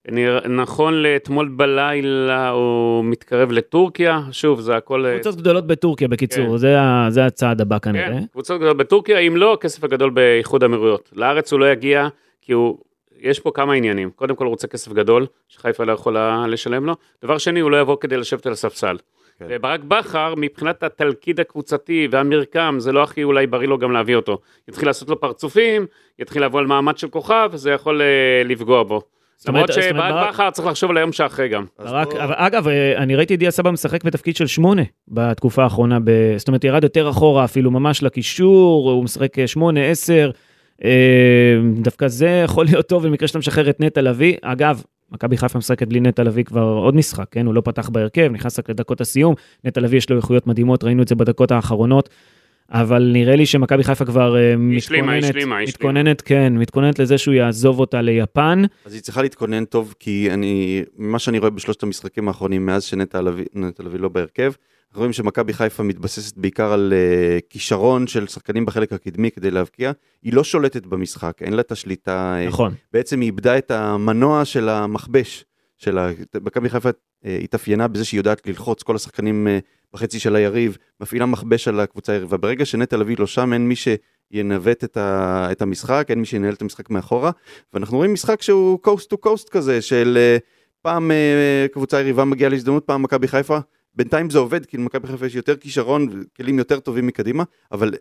נרא- נכון לאתמול בלילה הוא מתקרב לטורקיה, שוב זה הכל... אה, קבוצות גדולות בטורקיה, בקיצור, כן. זה ה- זה הצעד הבא כנראה. כן, קבוצות גדולות בטורקיה, אם לא, הכסף הגדול באיחוד האמירויות. לארץ הוא לא יגיע, כי הוא... יש פה כמה עניינים. קודם כל הוא רוצה כסף גדול, שחיפה לא יכולה לשלם לו. דבר שני, הוא לא יבוא כדי לשבת על הספסל. כן. וברק בכר, מבחינת התלכיד הקבוצתי והמרקם, זה לא הכי אולי בריא לו גם להביא אותו. יתחיל לעשות לו פרצופים, יתחיל לבוא על מעמד של כוכב, זה יכול אה, לפגוע בו. אומרת- למרות זאת אומרת, ברק- שברק בכר צריך לחשוב על היום שאחרי גם. אז רק, בוא- אבל, אגב, אה, אני ראיתי את דיה סבא משחק בתפקיד של שמונה בתקופה האחרונה, ב... זאת אומרת, ירד יותר אחורה אפילו, ממש לקישור, הוא משחק אה, שמונה, עשר, אה, דווקא זה <laughs> יכול להיות טוב במקרה שאתה משחרר את נטע לביא. אגב, מכבי חיפה משחקת בלי נטע לביא כבר עוד משחק, כן? הוא לא פתח בהרכב, נכנס רק לדקות הסיום, נטע לביא יש לו איכויות מדהימות, ראינו את זה בדקות האחרונות. אבל נראה לי שמכבי חיפה כבר אה, השלימה, מתכוננת, השלימה, השלימה. מתכוננת, כן, מתכוננת לזה שהוא יעזוב אותה ליפן. אז היא צריכה להתכונן טוב, כי אני, ממה שאני רואה בשלושת המשחקים האחרונים, מאז שנטע לביא, נטע לביא לא בהרכב, אנחנו רואים שמכבי חיפה מתבססת בעיקר על uh, כישרון של שחקנים בחלק הקדמי כדי להבקיע. היא לא שולטת במשחק, אין לה את השליטה. אה, נכון. בעצם היא איבדה את המנוע של המכבש שלה. מכבי חיפה אה, התאפיינה בזה שהיא יודעת ללחוץ כל השחקנים אה, בחצי של היריב, מפעילה מכבש על הקבוצה היריבה. ברגע שנטע לביא לא שם, אין מי שינווט את, ה, את המשחק, אין מי שינהל את המשחק מאחורה, ואנחנו רואים משחק שהוא קוסט טו קוסט כזה, של אה, פעם אה, קבוצה יריבה מגיעה להזדמנות, פעם מכבי חיפה. בינתיים זה עובד, כי למכבי חיפה יש יותר כישרון וכלים יותר טובים מקדימה, אבל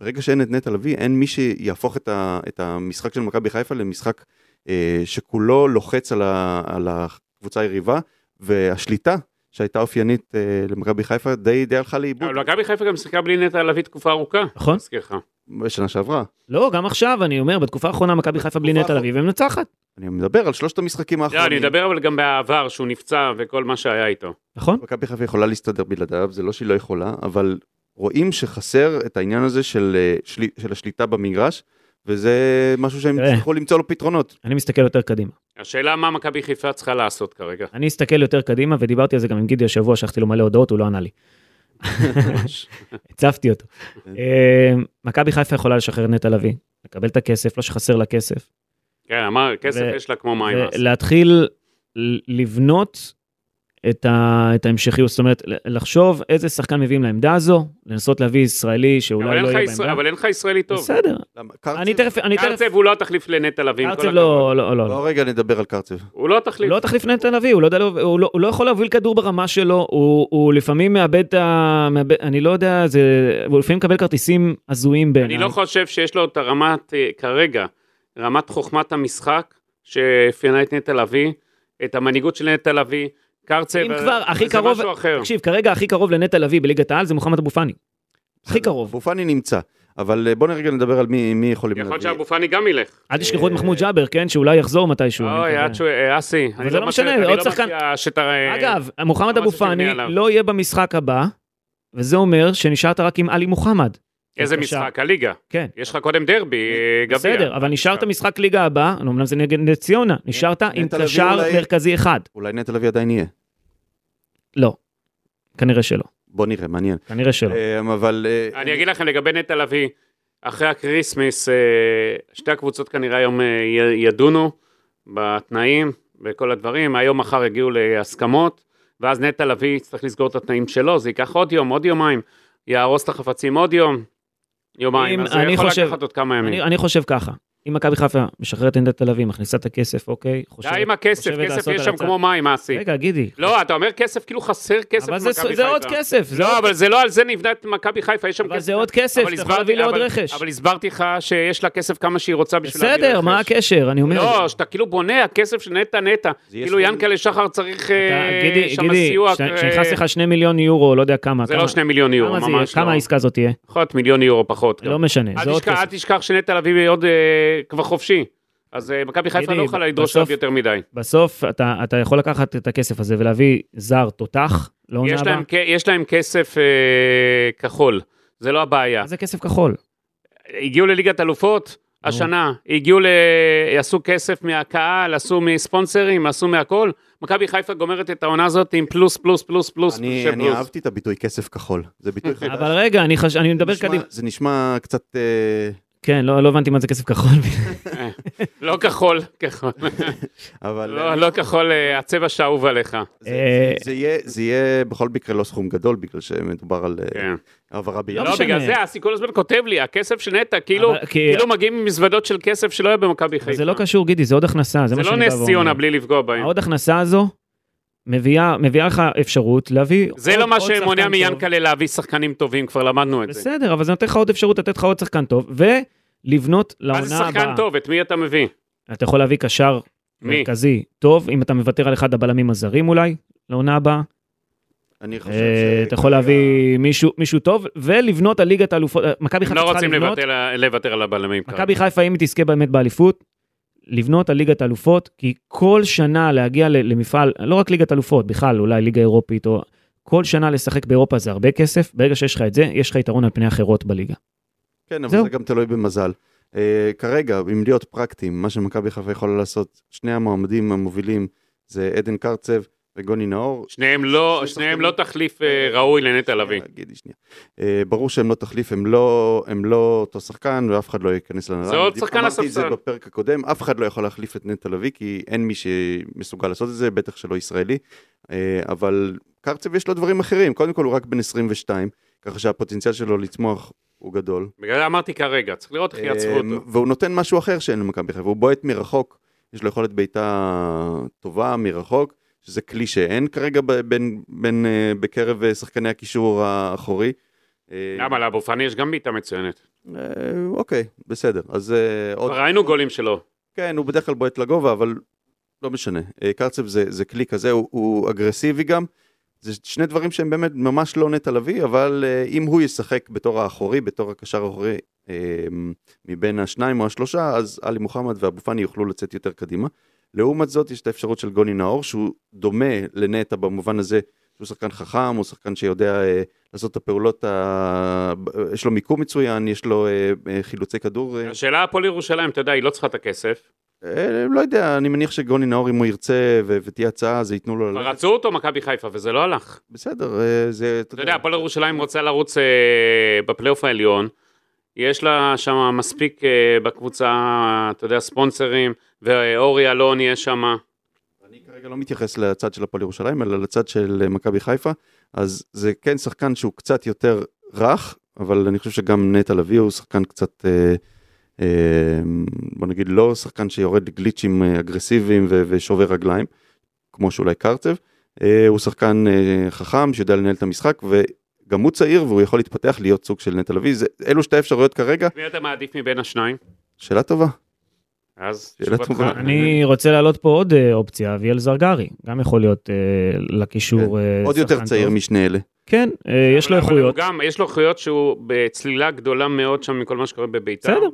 ברגע שאין את נטע לביא, אין מי שיהפוך את, ה, את המשחק של מכבי חיפה למשחק אה, שכולו לוחץ על, ה, על הקבוצה היריבה, והשליטה שהייתה אופיינית אה, למכבי חיפה די, די הלכה לאיבוד אבל מכבי חיפה גם שיחקה בלי נטע לביא תקופה ארוכה. נכון. מזכיר לך. בשנה שעברה. לא, גם עכשיו, אני אומר, בתקופה האחרונה מכבי חיפה בלי בתקופה נטע לביא ומנצחת. אני מדבר על שלושת המשחקים לא, אני האחרונים. מדבר אבל גם בעבר, שהוא נפצע וכל מה שהיה איתו. נכון? מכבי חיפה יכולה להסתדר בלעדיו, זה לא שהיא לא יכולה, אבל רואים שחסר את העניין הזה של, אה, של, של השליטה במגרש, וזה משהו שהם תראה. יצטרכו למצוא לו פתרונות. אני מסתכל יותר קדימה. השאלה מה מכבי חיפה צריכה לעשות כרגע. אני אסתכל יותר קדימה, ודיברתי על זה גם עם גידי השבוע, שלחתי לו מלא הודעות, הוא לא ענה לי. הצפתי אותו. אוקיי. אה, מכבי חיפה יכולה לשחרר את נטע לביא, לקבל את הכסף, לא שחסר לה כסף, כן, אמר, כסף ו- לא, יש לה כמו מים. אז. ולהתחיל ל- לבנות את, ה, את ההמשכיות, זאת אומרת, ל- לחשוב איזה שחקן מביאים לעמדה הזו, לנסות להביא ישראלי אבל שאולי אין לא לך יהיה ישראל- בעמדה. אבל אין לך ישראלי טוב. בסדר, למה? קרצב? אני תכף, אני תכף, קרצב הוא לא התחליף לנטע לביא. עם כל קרצב הכבוד. לא, לא, לא, לא. לא, רגע, נדבר על קרצב. הוא לא תחליף. הוא לא תחליף נטע לביא, הוא לא יודע, לה- הוא לא- הוא לא יכול להוביל כדור ברמה שלו, הוא- הוא לפעמים מאבד את ה... מאבד- אני לא יודע, זה... הוא לפעמים מקבל כרטיסים הזויים בעיניי. אני לא חושב שיש לו את הרמת, אה, כרגע, רמת חוכמת המשחק שאפיינה את נטע לביא, את המנהיגות של נטע לביא, קרצב, אם אה, כבר, הכי זה קרוב, משהו אחר. תקשיב, כרגע הכי קרוב לנטע לביא בליגת העל זה מוחמד אבו פאני. הכי קרוב. בופני נמצא, אבל אה, בוא נרגע נדבר על מי, מי יכולים יכול להיות להביא. שאבו פאני גם ילך. אל תשכחו את מחמוד ג'אבר, כן? שאולי יחזור מתישהו. אני אוי, מקווה. עד שהוא, אה, אסי, אני זה לא לא מציע- משנה, אני עוד לא שחקן- מציע שאתה... אגב, מוחמד לא אבו משהו פאני שתבנה עליו. לא יהיה במשחק הבא, וזה אומר שנשארת רק עם עלי מוחמד. איזה בבקשה. משחק? הליגה. כן. יש לך קודם דרבי, אה, גביע. בסדר, אבל נשארת משחק ליגה הבא, אומנם זה נגד נס ציונה, נשארת עם נטע לביא קשר אולי- מרכזי אחד. אולי נטע לביא עדיין יהיה. לא. כנראה שלא, בוא נראה, מעניין. כנראה שלא. אמ, אבל... אה, אני אגיד לכם לגבי נטע לביא, אחרי הקריסמס, אה, שתי הקבוצות כנראה היום אה, י- ידונו בתנאים וכל הדברים, היום מחר יגיעו להסכמות, ואז נטע לביא יצטרך לסגור את התנאים שלו, זה ייקח עוד יום, עוד יומיים, יהרוס את החפצים עוד יום, יומיים, אם- אז זה אני יכול חושב- לקחת עוד כמה ימים. אני אני חושב ככה, אם מכבי חיפה משחררת את נטע לביא, מכניסה את הכסף, אוקיי? חושבת- די עם הכסף, חושבת כסף לעשות יש על שם הצד. כמו מים, אסי. רגע, גידי. לא, אתה אומר כסף, כאילו חסר כסף אבל זה- במכבי זה עוד חיפה. כסף. זה לא, עוד אבל זה לא על זה נבנית מכבי חיפה, יש שם כסף. אבל זה עוד כסף, אבל אתה יכול הסברתי- להביא לי עוד אבל- רכש. אבל הסברתי לך שיש לה כסף כמה שהיא רוצה בשביל להביא בסדר, מה רכש. הקשר? אני אומר... לא, שאתה כאילו בונה, הכסף של נטע נטע. יהיה כאילו סכום- ינקלה שחר צריך אה, אתה- גידי, שם גידי, סיוע. אה, כשנכנס לך שני מיליון יורו, לא יודע כמה. זה כמה- לא שני מיליון יורו, כמה זה יהיה? ממש לא. כמה העסקה הזאת תהיה? יכול להיות מיליון יורו פחות. גם. לא משנה, אל זה עוד תשכח- אל כסף. תשכח שנטע לביא עוד אה, כבר חופשי. אז אה, מכבי חיפה גידי, לא יכולה לדרוש עליו בסוף- יותר מדי. בסוף אתה אתה יכול לקחת את הכסף הזה ולהביא זר תותח לא לעונה יש הבאה. להם כ- יש להם כסף אה, כחול, זה לא הבעיה. מה זה כסף <laughs> כחול? הגיעו לליגת אלופות השנה, הגיעו ל... עשו כסף מהקהל, עשו מספונסרים, עשו מהכל. מכבי חיפה גומרת את העונה הזאת עם פלוס, פלוס, פלוס, פלוס, אני- של אני פלוס. אהבתי את הביטוי כסף כחול. <laughs> זה ביטוי חדש. אבל רגע, אני חש- אני זה מדבר נשמע- קדימה. זה נשמע קצת... אה, כן, לא לא הבנתי מה זה כסף כחול. לא כחול, <laughs> כחול. אבל... לא, לא כחול, אה, הצבע שאהוב עליך. זה- אה, זה יהיה- זה יהיה בכל מקרה לא סכום גדול, בגלל שמדובר על אה, כן. העברה ביד. לא לא, משנה. בגלל זה אסי כל הזמן כותב לי, הכסף של נטע, כאילו אבל כי- כאילו מגיעים עם מזוודות של כסף שלא היה במכבי אבל חיפה. זה לא קשור, גידי, זה עוד הכנסה, זה זה מה לא שאני בא ואומר. נס ציונה בלי לפגוע בהם. העוד הכנסה הזו מביאה מביאה לך אפשרות להביא זה עוד- לא מה עוד שמונע שחקן טוב. מיאנקלה להביא שחקנים טובים, כבר למדנו את זה. בסדר, אבל זה נותן לך עוד אפשרות לתת לך עוד שחקן טוב, ולבנות מה זה לעונה שחקן הבאה. טוב? את מי אתה מביא? אתה יכול להביא קשר מי? מרכזי טוב, אם אתה מוותר על אחד הבלמים הזרים אולי, לעונה הבאה. אני חושב אה, ש- אתה יכול להביא מישהו מישהו טוב, ולבנות על ליגת האלופות. אה, מכבי הם חיפה לא צריכה רוצים לבנות, לוותר- לוותר על הבלמים. כרגע. מכבי חיפה, אם היא תזכה באמת באליפות, לבנות על ליגת האלופות, כי כל שנה להגיע ל- למפעל, לא רק ליגת אלופות, בכלל אולי ליגה אירופית, או כל שנה לשחק באירופה זה הרבה כסף, ברגע שיש לך את זה, יש לך יתרון על פני אחרות בליגה. כן, אבל זהו. זה גם תלוי במזל. Uh, כרגע, אם להיות פרקטיים, מה שמכבי חיפה יכולה לעשות, שני המועמדים המובילים זה עדן קרצב וגוני נאור. שניהם לא, שני שניהם שחקנים. לא תחליף אה, ראוי לנטע לביא. להגיד לי כן, שנייה. אה, ברור שהם לא תחליף, הם לא, הם לא אותו שחקן ואף אחד לא ייכנס לנהלה. זה עוד שחקן אמרתי את זה לספסל. בפרק הקודם, אף אחד לא יכול להחליף את נטע לביא, כי אין מי שמסוגל לעשות את זה, בטח שלא ישראלי. אה, אבל קרצב יש לו דברים אחרים, קודם כל הוא רק בן 22, ככה שהפוטנציאל שלו לצמוח הוא גדול. בגלל זה אמרתי כרגע, צריך לראות איך יעצרו אמ, אותו. והוא נותן משהו אחר שאין למכבי חיפה, הוא בועט מרחוק, יש לו יכולת בעיטה טובה מרחוק, שזה כלי שאין כרגע ב- בין, בין, אה, בקרב אה, שחקני הקישור האחורי. אה, למה, לאבו פאני יש גם בעיטה מצוינת. אה, אוקיי, בסדר. אז אה, עוד, כבר ראינו גולים שלו. כן, הוא בדרך כלל בועט לגובה, אבל לא משנה. אה, קרצב זה, זה כלי כזה, הוא, הוא אגרסיבי גם. זה שני דברים שהם באמת ממש לא נטע לביא, אבל אה, אם הוא ישחק בתור האחורי, בתור הקשר האחורי אה, מבין השניים או השלושה, אז עלי מוחמד ואבו פאני יוכלו לצאת יותר קדימה. לעומת זאת, יש את האפשרות של גוני נאור, שהוא דומה לנטע במובן הזה שהוא שחקן חכם, הוא שחקן שיודע אה, לעשות את הפעולות, ה... יש לו מיקום מצוין, יש לו אה, אה, חילוצי כדור. אה, השאלה הפועל ירושלים, אתה יודע, היא לא צריכה את הכסף. אה, לא יודע, אני מניח שגוני נאור, אם הוא ירצה ו- ותהיה הצעה, אז ייתנו לו כבר ללכת. רצו אותו מכבי חיפה, וזה לא הלך. בסדר, אה, זה... אתה יודע, הפועל ירושלים רוצה לרוץ אה, בפלייאוף העליון. יש לה שם מספיק אה, בקבוצה, אתה יודע, ספונסרים, ואורי אלון יהיה שם. אני כרגע לא מתייחס לצד של הפועל ירושלים, אלא לצד של אה, מכבי חיפה. אז זה כן שחקן שהוא קצת יותר רך, אבל אני חושב שגם נטע לביא הוא שחקן קצת... אה, אה, בוא נגיד, לא שחקן שיורד גליצ'ים אה, אגרסיביים ו- ושובר רגליים, כמו שאולי קרצב. אה, הוא שחקן אה, חכם שיודע לנהל את המשחק, וגם הוא צעיר והוא יכול להתפתח להיות סוג של נטע לביא. זה- אלו שתי האפשרויות כרגע. מי אתה מעדיף מבין השניים? שאלה טובה. אה, אז שאלה תשובתך. טובה. אני רוצה להעלות פה עוד אה, אופציה, אביאל זרגרי, גם יכול להיות אה, לקישור אה, כן. עוד שחקן יותר צעיר טוב. משני אלה. כן, אה, יש לו אבל הוא איכויות. גם, יש לו איכויות שהוא בצלילה גדולה מאוד שם מכל מה שקורה בביתר. בסדר.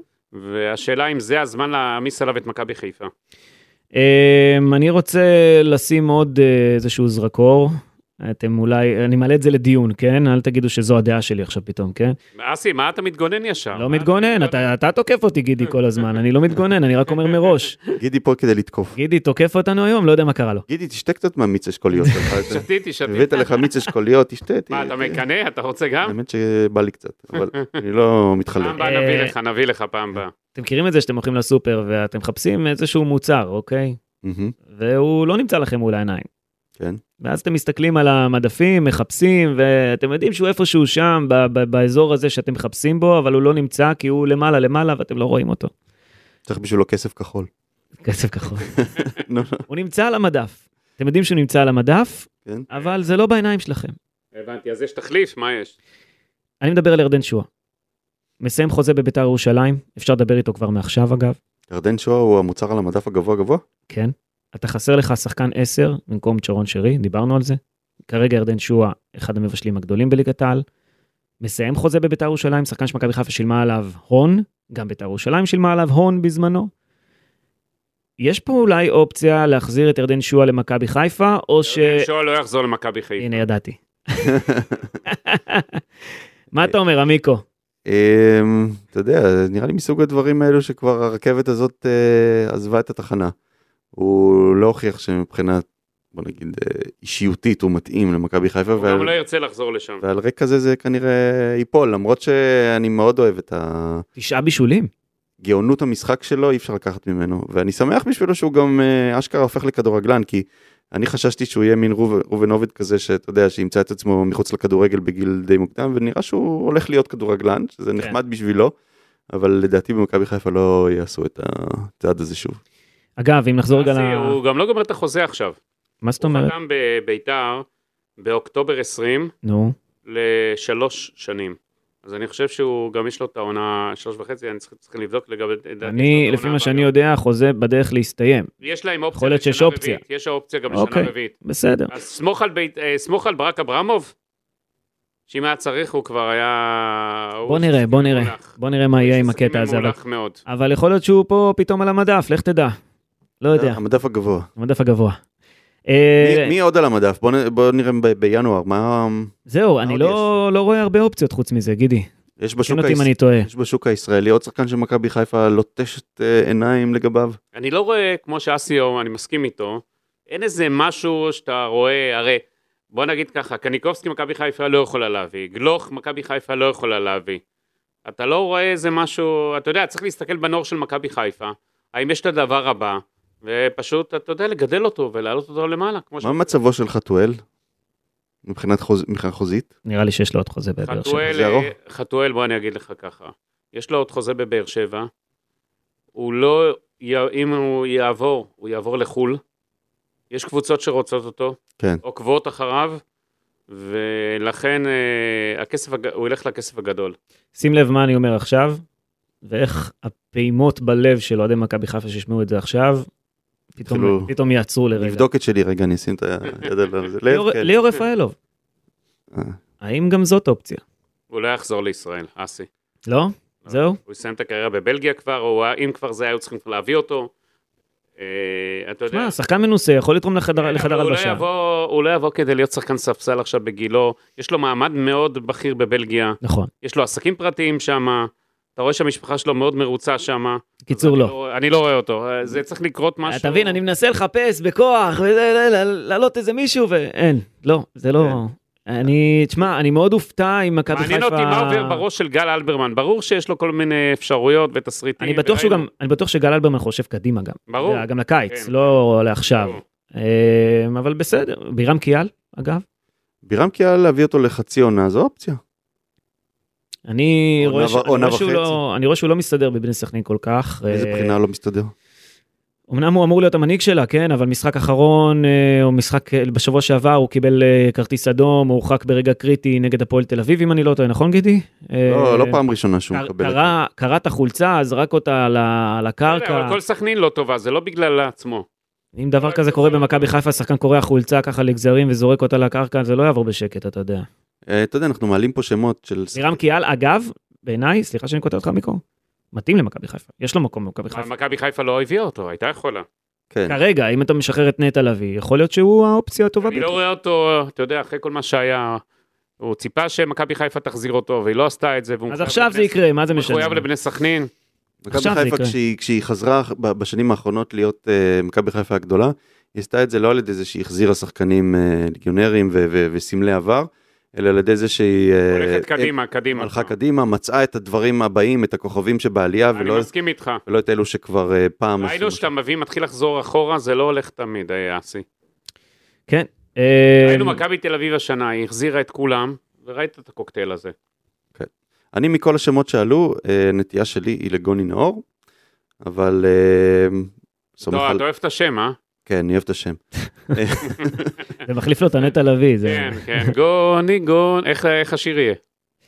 והשאלה אם זה הזמן להעמיס עליו את מכבי חיפה. אמ, אני רוצה לשים עוד אה, איזשהו זרקור. אתם אולי, אני מעלה את זה לדיון, כן? אל תגידו שזו הדעה שלי עכשיו פתאום, כן? אסי, מה אתה מתגונן ישר? לא מתגונן, אתה, אתה תוקף אותי, גידי, כל הזמן. אני לא מתגונן, אני רק אומר מראש. גידי פה כדי לתקוף. גידי תוקף אותנו היום, לא יודע מה קרה לו. גידי, תשתה קצת מהמיץ אשכוליות <laughs> שלך. שתיתי, שתיתי. הבאת לך מיץ אשכוליות, תשתה. ת- מה, אתה ת- מקנא? אתה רוצה גם? האמת שבא לי קצת, <laughs> אבל אני לא מתחלק. פעם הבאה אה, נביא לך, נביא לך פעם הבאה. אתם מכירים את זה שאתם הולכים לסופר ואתם מחפשים איזשהו מוצר, אוקיי? מהמם, והוא לא נמצא לכם מול העיניים. כן. ואז אתם מסתכלים על המדפים, מחפשים, ואתם יודעים שהוא איפשהו שם, ב- ב- באזור הזה שאתם מחפשים בו, אבל הוא לא נמצא כי הוא למעלה למעלה ואתם לא רואים אותו. צריך בשבילו כסף כחול. <laughs> לא, כסף כחול. נו, הוא נמצא על המדף. אתם יודעים שהוא נמצא על המדף, כן. אבל זה לא בעיניים שלכם. הבנתי, אז יש תחליף? מה יש? אני מדבר על ירדן שואה. מסיים חוזה בביתר ירושלים, אפשר לדבר איתו כבר מעכשיו אגב, ירדן שואה הוא המוצר על המדף הגבוה גבוה? <laughs> כן. אתה חסר לך שחקן 10 במקום צ'רון שרי, דיברנו על זה. כרגע ירדן שואה, אחד המבשלים הגדולים בליגת העל. מסיים חוזה בביתר ירושלים, שחקן שמכבי חיפה שילמה עליו הון, גם ביתר ירושלים שילמה עליו הון בזמנו. יש פה אולי אופציה להחזיר את ירדן שואה למכבי חיפה, או ש... שואל לא יחזור למכבי חיפה. הנה, ידעתי. <laughs> מה אתה אומר, עמיקו? אמ, אתה יודע, זה נראה לי מסוג הדברים האלו שכבר הרכבת הזאת אה, עזבה את התחנה. הוא לא הוכיח שמבחינה, בוא נגיד, אה, אישיותית הוא מתאים למכבי חיפה. הוא ועל- גם לא ירצה לחזור לשם. ועל רקע זה זה כנראה ייפול, למרות שאני מאוד אוהב את תשעה בישולים. הגאונות המשחק שלו, אי אפשר לקחת ממנו. ואני שמח בשבילו שהוא גם אה, אשכרה הופך לכדורגלן, כי אני חששתי שהוא יהיה מין רוב- ראובן עובד כזה, שאתה יודע, שימצא את עצמו מחוץ לכדורגל בגיל די מוקדם, ונראה שהוא הולך להיות כדורגלן, שזה כן. נחמד בשבילו, אבל לדעתי במכבי חיפה לא יעשו את הצעד הזה שוב. אגב, אם נחזור רגע ל... אסי, הוא גם לא גומר את החוזה עכשיו. מה זאת הוא אומרת? חתם בביתר באוקטובר 20 נו, לשלוש שנים. אז אני חושב שהוא, גם יש לו את העונה שלוש וחצי, אני צריך צריך לבדוק לגבי... לדעתי, יש לו את אני, העונה לפי מה הבאה שאני גם. יודע, החוזה בדרך להסתיים. יש להם אופציה. יכול להיות שיש לשנה אופציה. רביעית, יש אופציה גם אוקיי. לשנה רביעית. בסדר. אז סמוך על בית- אה, סמוך על ברק אברמוב, שאם היה צריך הוא כבר היה... בוא נראה, בוא נראה. בוא נראה מה יהיה עם הקטע הזה. אבל- ממולח מאוד. אבל יכול להיות שהוא פה פתאום על המדף, לך תדע. לא יודע, המדף הגבוה. המדף הגבוה. אה, מי- מי עוד על המדף? בוא נ- בוא נראה ב- בינואר, מה... זהו, אני עוד לא לא רואה הרבה אופציות חוץ מזה, גידי. יש תקן בשוק, כן, אותי אם היש... אני טועה. יש בשוק הישראלי עוד שחקן של מכבי חיפה לוטשת אה, עיניים לגביו? אני לא רואה, כמו שאסיו, אני מסכים איתו, אין איזה משהו שאתה רואה, הרי, בוא נגיד ככה, קניקובסקי מכבי חיפה לא יכולה להביא, גלוך מכבי חיפה לא יכולה להביא. אתה לא רואה איזה משהו, אתה יודע, צריך להסתכל בנור של מכבי חיפה, האם יש את הדבר הבא, ופשוט, אתה יודע, לגדל אותו ולהעלות אותו למעלה, כמו מה מצבו של חתואל? מבחינת חוז... מבחינה חוזית? נראה לי שיש לו עוד חוזה בבאר שבע. חתואל, זה אה, ארוך. חתואל, בוא אני אגיד לך ככה. יש לו עוד חוזה בבאר שבע. הוא לא, י- אם הוא יעבור, הוא יעבור לחו"ל. יש קבוצות שרוצות אותו, כן. עוקבות אחריו, ולכן אה, הכסף, הג- הוא ילך לכסף הגדול. שים לב מה אני אומר עכשיו, ואיך הפעימות בלב של אוהדי מכבי חיפה שישמעו את זה עכשיו, פתאום- התחילו- פתאום יעצרו לרגע. נבדוק את שלי רגע, אני אשים את <laughs> היד על זה. לב, ליאור- כן. ליאור רפאלוב, אה. האם גם זאת אופציה? הוא לא יחזור לישראל, אסי. לא? זהו? הוא יסיים את הקריירה בבלגיה כבר, או אם כבר זה היה, היו צריכים כבר להביא אותו. אה, אתה יודע... שמע, שחקן מנוסה, יכול לתרום לחדר כן, לחדר אבל הוא לא הלבשה. יבוא- הוא לא יבוא כדי להיות שחקן ספסל עכשיו בגילו, יש לו מעמד מאוד בכיר בבלגיה, נכון. יש לו עסקים פרטיים שם, אתה רואה שהמשפחה שלו מאוד מרוצה שם. קיצור, לא. אני לא רואה אותו, אה, זה צריך לקרות משהו. אתה מבין, אני מנסה לחפש בכוח, וזה- ל- ל- להעלות איזה מישהו, ואין. לא, זה לא... אני, תשמע, אני מאוד אופתע אם מכבי חיפה... כן. מעניין אותי מה עובר בראש של גל אלברמן, ברור שיש לו כל מיני אפשרויות ותסריטים. אני בטוח שהוא גם, אני בטוח שגל אלברמן חושב קדימה גם. ברור. אתה יודע, גם לקיץ, כן. לא לעכשיו. ברור. אמ, אבל בסדר, בירם קיאל, אגב. בירם קיאל להביא אותו לחצי עונה, זו אופציה. אני עונה רואה ו- ש- אני עונה רואה שהוא וחצי. לא- אני רואה שהוא לא מסתדר בבני סכנין כל כך. מאיזה אה, בחינה לא מסתדר? אמנם הוא אמור להיות המנהיג שלה, כן, אבל משחק אחרון, אה, או משחק אה, בשבוע שעבר, הוא קיבל אה, כרטיס אדום, הוא הורחק ברגע קריטי נגד הפועל תל אביב, אם אני לא טועה, נכון גידי? אה, לא, לא פעם ראשונה שהוא קר- מקבל. את זה. קרע- קרע את החולצה, זרק אותה על ה- על בסדר, הקרקע. אבל כל סכנין לא טובה, זה לא בגלל עצמו. אם דבר כזה קורה במכבי חיפה, שחקן קורע חולצה ככה לגזרים וזורק אותה לקרקע, זה לא יעבור בשקט, אתה יודע. אה, אתה יודע, אנחנו מעלים פה שמות של... לירם קיאל, אגב, בעיניי, סליחה שאני קוטע אותך מיקרו, מתאים למכבי חיפה, יש לו מקום במכבי אבל חיפה. מכבי חיפה לא הביאה אותו, הייתה יכולה. כן. כרגע, אם אתה משחרר את נטע לביא, יכול להיות שהוא האופציה הטובה אני לא ביותר. רואה אותו, אתה יודע, אחרי כל מה שהיה, הוא ציפה שמכבי חיפה תחזיר אותו, והיא לא עשתה את זה. והוא אז מחויב עכשיו זה לבני- יקרה, מה זה הוא משנה? מחויב לבני סכנין. מכבי עכשיו זה חיפה יקרה. כשהיא, כשהיא חזרה ב- בשנים האחרונות להיות אה, מכבי חיפה הגדולה, היא עשתה את זה לא על ידי זה שהיא החזירה שחקנים אה, ליגיונרים ו- ו- וסמלי עבר, אלא על ידי זה שהיא אה, הולכת אה, קדימה, קדימה. הלכה קדימה, מצאה את הדברים הבאים, את הכוכבים שבעלייה, אני ולא, מסכים איתך. ולא את אלו שכבר אה, פעם ראינו שאתה מביא, מתחיל לחזור אחורה, זה לא הולך תמיד, אה, אסי. כן. אה, ראינו מכבי תל אביב השנה, היא החזירה את כולם, וראית את הקוקטייל הזה. אני מכל השמות שעלו, אה, נטייה שלי היא לגוני נאור, אבל אה, סומך לא, על... אתה אוהב את השם, אה? כן, אני אוהב <laughs> את השם. זה מחליף לו את הנטע לביא, זה... כן, כן. <laughs> גוני, גון, איך- איך השיר יהיה?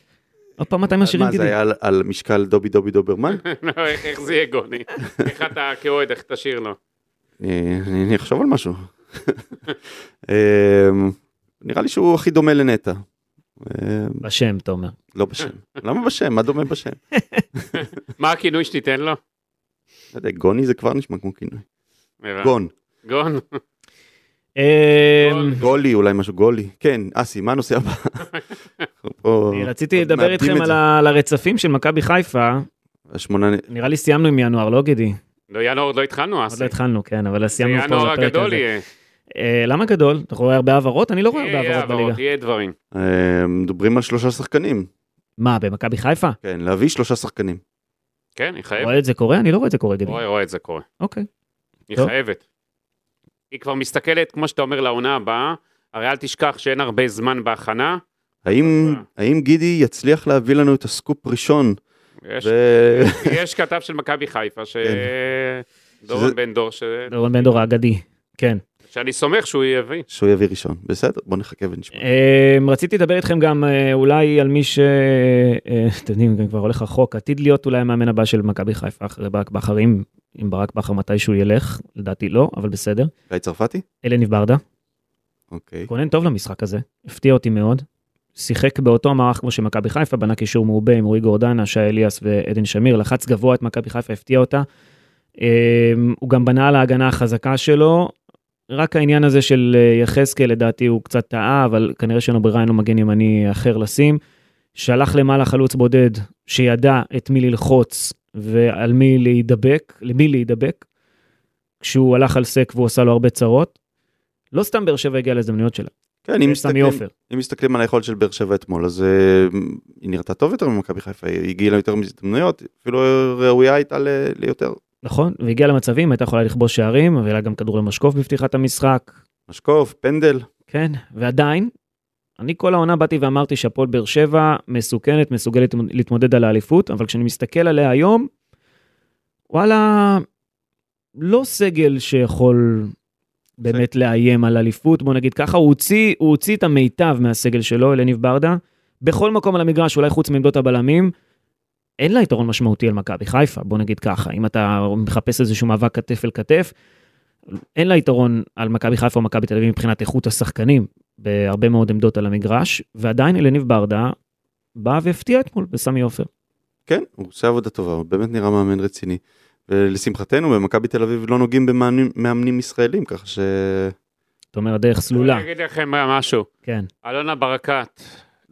<laughs> עוד פעם אתה משאירים אה, מה, זה גידי. היה על, על משקל דובי דובי דוברמן? לא, איך איך זה יהיה <laughs> גוני? איך אתה כאוהד, איך תשאיר לו? אני, אני, אני אחשוב על משהו. <laughs> אמ, נראה לי שהוא הכי דומה לנטע. אמ, בשם, תומר. לא בשם. <laughs> למה בשם? מה דומה בשם? מה הכינוי שתיתן לו? לא יודע, גוני זה כבר נשמע כמו כינוי. כן. גון. גון. אה, גול. גולי, אולי משהו גולי. כן, אסי, מה הנושא הבא? <laughs> אנחנו פה- אני רציתי עוד לדבר מאבדים איתכם את על זה. ה- על הרצפים של מכבי חיפה, השמונה... נראה לי סיימנו עם ינואר, לא גידי? לא, ינואר עוד לא התחלנו, עוד אסי. לא התחלנו, כן, אבל זה סיימנו פה ינואר בפרק הגדול הזה. יהיה. אה, למה גדול? אתה רואה הרבה העברות? אני לא רואה הרבה יהיה העברות בליגה. העברות, יהיה דברים. אמ, מדברים על שלושה שחקנים. מה, במכבי חיפה? כן, להביא שלושה שחקנים. כן, היא חייבת. רואה את זה קורה? אני לא רואה את זה קורה, גידי. רואה, רואה את זה קורה. אוקיי. היא טוב. חייבת. היא כבר מסתכלת, כמו שאתה אומר, לעונה הבאה. הרי אל תשכח שאין הרבה זמן בהכנה. האם, אה. האם גידי יצליח להביא לנו את הסקופ ראשון? יש, ו- <laughs> יש כתב של מכבי חיפה, ש... שזה- דורון בן דור, ש... דורון בן דור האגדי, כן. שאני סומך שהוא יביא. שהוא יביא ראשון. בסדר, בוא נחכה ונשמע. אה, רציתי לדבר איתכם גם אה, אולי על מי ש... אה, אתם יודעים, גם כבר הולך רחוק, עתיד להיות אולי המאמן הבא של מכבי חיפה אחרי ברק בכר, אם אם ברק בכר מתישהו ילך, לדעתי לא, אבל בסדר. גיא צרפתי? אלניב ברדה, אוקיי. התכונן טוב למשחק הזה, הפתיע אותי מאוד. שיחק באותו מערך כמו שמכבי חיפה, בנה קישור מעובה עם רועי גורדנה, שי אליאס ועדן שמיר, לחץ גבוה את מכבי חיפה, הפתיע אותה. אמ, הוא גם בנה על ההגנה החזקה שלו, רק העניין הזה של אה, יחזקאל, לדעתי הוא קצת טעה, אבל כנראה שאין לו ברירה, אין לו מגן ימני אחר לשים. שלח למעלה חלוץ בודד שידע את מי ללחוץ ועל מי להידבק, למי להידבק, כשהוא הלך על סק והוא עשה לו הרבה צרות. לא סתם באר שבע הגיע להזדמנויות שלה, כן, אם יש סמי מסתכלים, עופר. אם מסתכלים על היכולת של באר שבע אתמול, אז אה, היא נראתה טוב יותר ממכבי חיפה, היא הגיעה יותר מהזדמנויות, אפילו ראויה הייתה ל- ליותר. נכון, והגיעה למצבים, הייתה יכולה לכבוש שערים, והיה לה גם כדור למשקוף בפתיחת המשחק, משקוף, פנדל, כן, ועדיין, אני כל העונה באתי ואמרתי שהפועל באר שבע מסוכנת, מסוגלת להתמודד על האליפות, אבל כשאני מסתכל עליה היום, וואלה, לא סגל שיכול באמת לאיים על אליפות, בוא נגיד ככה, הוא הוציא, הוא הוציא את המיטב מהסגל שלו, אלניב ברדה, בכל מקום על המגרש, אולי חוץ מעמדות הבלמים. אין לה יתרון משמעותי על מכבי חיפה, בוא נגיד ככה, אם אתה מחפש איזשהו מאבק כתף אל כתף, אין לה יתרון על מכבי חיפה או מכבי תל אביב מבחינת איכות השחקנים בהרבה מאוד עמדות על המגרש, ועדיין אלניב ברדה בא והפתיע אתמול בסמי עופר. כן, הוא עושה עבודה טובה, הוא באמת נראה מאמן רציני. ולשמחתנו, במכבי תל אביב לא נוגעים במאמנים מאמנים ישראלים, ככה ש... זאת אומרת, דרך סלולה, אני אגיד לכם מה- משהו. כן. אלונה ברקת,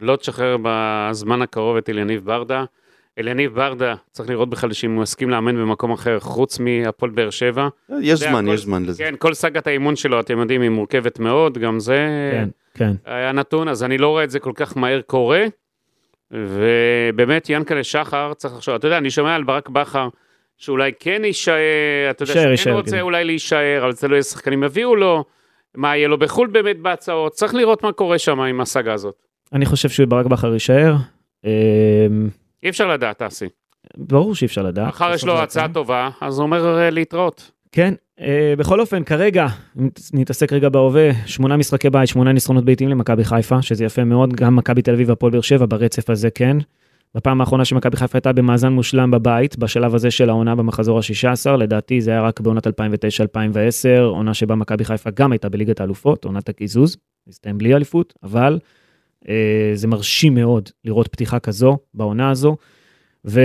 לא תשחרר בזמן הקרוב את אליניב ברדה. אליניב ברדה, צריך לראות בכלל שאם הוא יסכים לאמן במקום אחר, חוץ מהפועל באר שבע. יש זה זמן, הכל. יש זמן לזה. כן, כל סאגת האימון שלו, אתם יודעים, היא מורכבת מאוד, גם זה כן, כן. היה נתון, אז אני לא רואה את זה כל כך מהר קורה. ובאמת, ינקלה שחר, צריך לחשוב, אתה יודע, אני שומע על ברק בכר, שאולי כן יישאר, אתה יודע, יישאר, שכן יישאר, רוצה כן. אולי להישאר, אבל תלוי איזה שחקנים יביאו לו, מה יהיה לו בחו"ל באמת בהצעות, צריך לראות מה קורה שם עם הסאגה הזאת. אני חושב שברק בכר יישאר. אמ, אי אפשר לדעת, אסי. ברור שאי אפשר לדעת. מחר יש לו אה, בסוף זה כן. הצעה הכל. טובה, אז הוא אומר אה, להתראות. כן, אה, בכל אופן, כרגע, אם ת- נתעסק רגע בהווה, שמונה משחקי בית, שמונה ניצחונות ביתיים למכבי חיפה, שזה יפה מאוד, גם מכבי תל אביב והפועל באר שבע ברצף הזה, כן. בפעם האחרונה שמכבי חיפה הייתה במאזן מושלם בבית, בשלב הזה של העונה במחזור ה-16, לדעתי זה היה רק בעונת 2009-2010, עונה שבה מכבי חיפה גם הייתה בליגת האלופות, עונת הקיזוז, הסתיים בלי אליפות, אבל אה, זה מרשים מאוד לראות פתיחה כזו בעונה הזו. ו...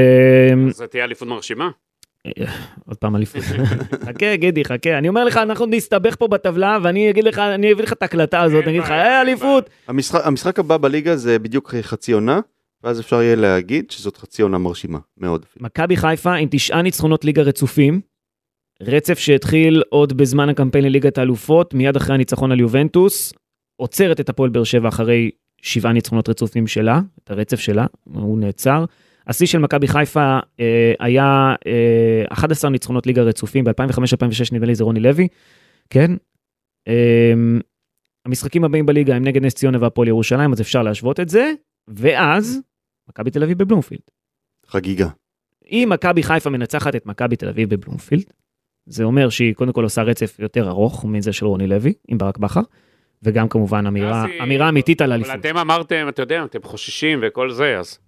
זו תהיה אליפות מרשימה. עוד פעם אליפות. חכה, גידי, חכה. אני אומר לך, אנחנו נסתבך פה בטבלה, ואני אגיד לך, אני אביא לך את ההקלטה הזאת, אין אני אגיד לך, בעיה, אה, אין אליפות. המשחק, המשחק הבא בליגה זה בדיוק חצי עונה, ואז אפשר יהיה להגיד שזאת חצי עונה מרשימה, מאוד. אפילו. מכבי חיפה עם תשעה ניצחונות ליגה רצופים, רצף שהתחיל עוד בזמן הקמפיין לליגת האלופות, מיד אחרי הניצחון על יובנטוס, עוצרת את הפועל באר שבע אחרי שבעה ניצחונות רצופים שלה, את הרצף שלה, הוא נעצר. השיא של מכבי חיפה אה, היה אה, 11 ניצחונות ליגה רצופים, ב-2005-2006 נדמה לי זה רוני לוי, כן? אה, המשחקים הבאים בליגה הם נגד נס ציונה והפועל ירושלים, אז אפשר להשוות את זה, ואז מכבי תל אביב בבלומפילד. חגיגה. אם מכבי חיפה מנצחת את מכבי תל אביב בבלומפילד, זה אומר שהיא קודם כל עושה רצף יותר ארוך מזה של רוני לוי עם ברק בכר, וגם כמובן אמירה, אז היא- אמירה אמיתית על אבל אליפות. אתם אמרתם, אתה יודע, אתם חוששים וכל זה, אז...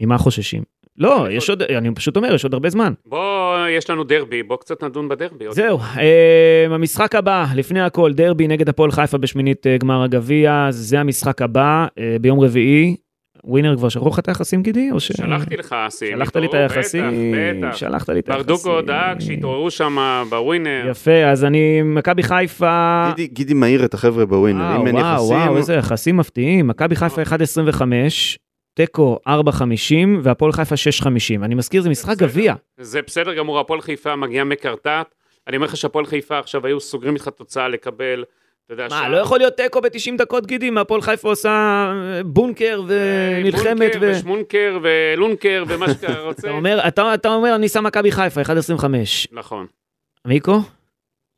ממה חוששים? לא, אליפות. יש עוד, אני פשוט אומר, יש עוד הרבה זמן. בוא, יש לנו דרבי, בוא קצת נדון בדרבי. עוד. זהו, אה, המשחק הבא, לפני הכל, דרבי נגד הפועל חיפה בשמינית אה, גמר הגביע, זה המשחק הבא, אה, ביום רביעי. ווינר כבר שלחו לך את היחסים, גידי? או ש... שלחתי לך אסי. שלחת לי את התעוררו, היחסים? בטח, בטח. שלחת לי את היחסים. ברדוגו דאג שהתעוררו שם בווינר. יפה, אז אני, מכבי אה. חיפה... גידי, גידי מעיר את החבר'ה בווינר, אם אין וואו, יחסים, וואו, איזה יחסים מפתיעים. מכבי חיפה 1.25, תיקו 4.50 והפועל חיפה 6.50. אני מזכיר, זה משחק בסדר. גביע. זה בסדר גמור, הפועל חיפה מגיעה מקרטט. אני אומר לך שהפועל חיפה עכשיו היו סוגרים איתך תוצאה לקבל, אתה יודע, מה, שער. לא יכול להיות תיקו ב-90 דקות, גידי, אם הפועל חיפה עושה אה, בונקר אה, ונלחמת בונקר ו... ושמונקר ולונקר ומה <laughs> שאתה אתה רוצה. אומר, אתה, אתה אומר, אני שם מכבי חיפה, 1.25. נכון. מיקו?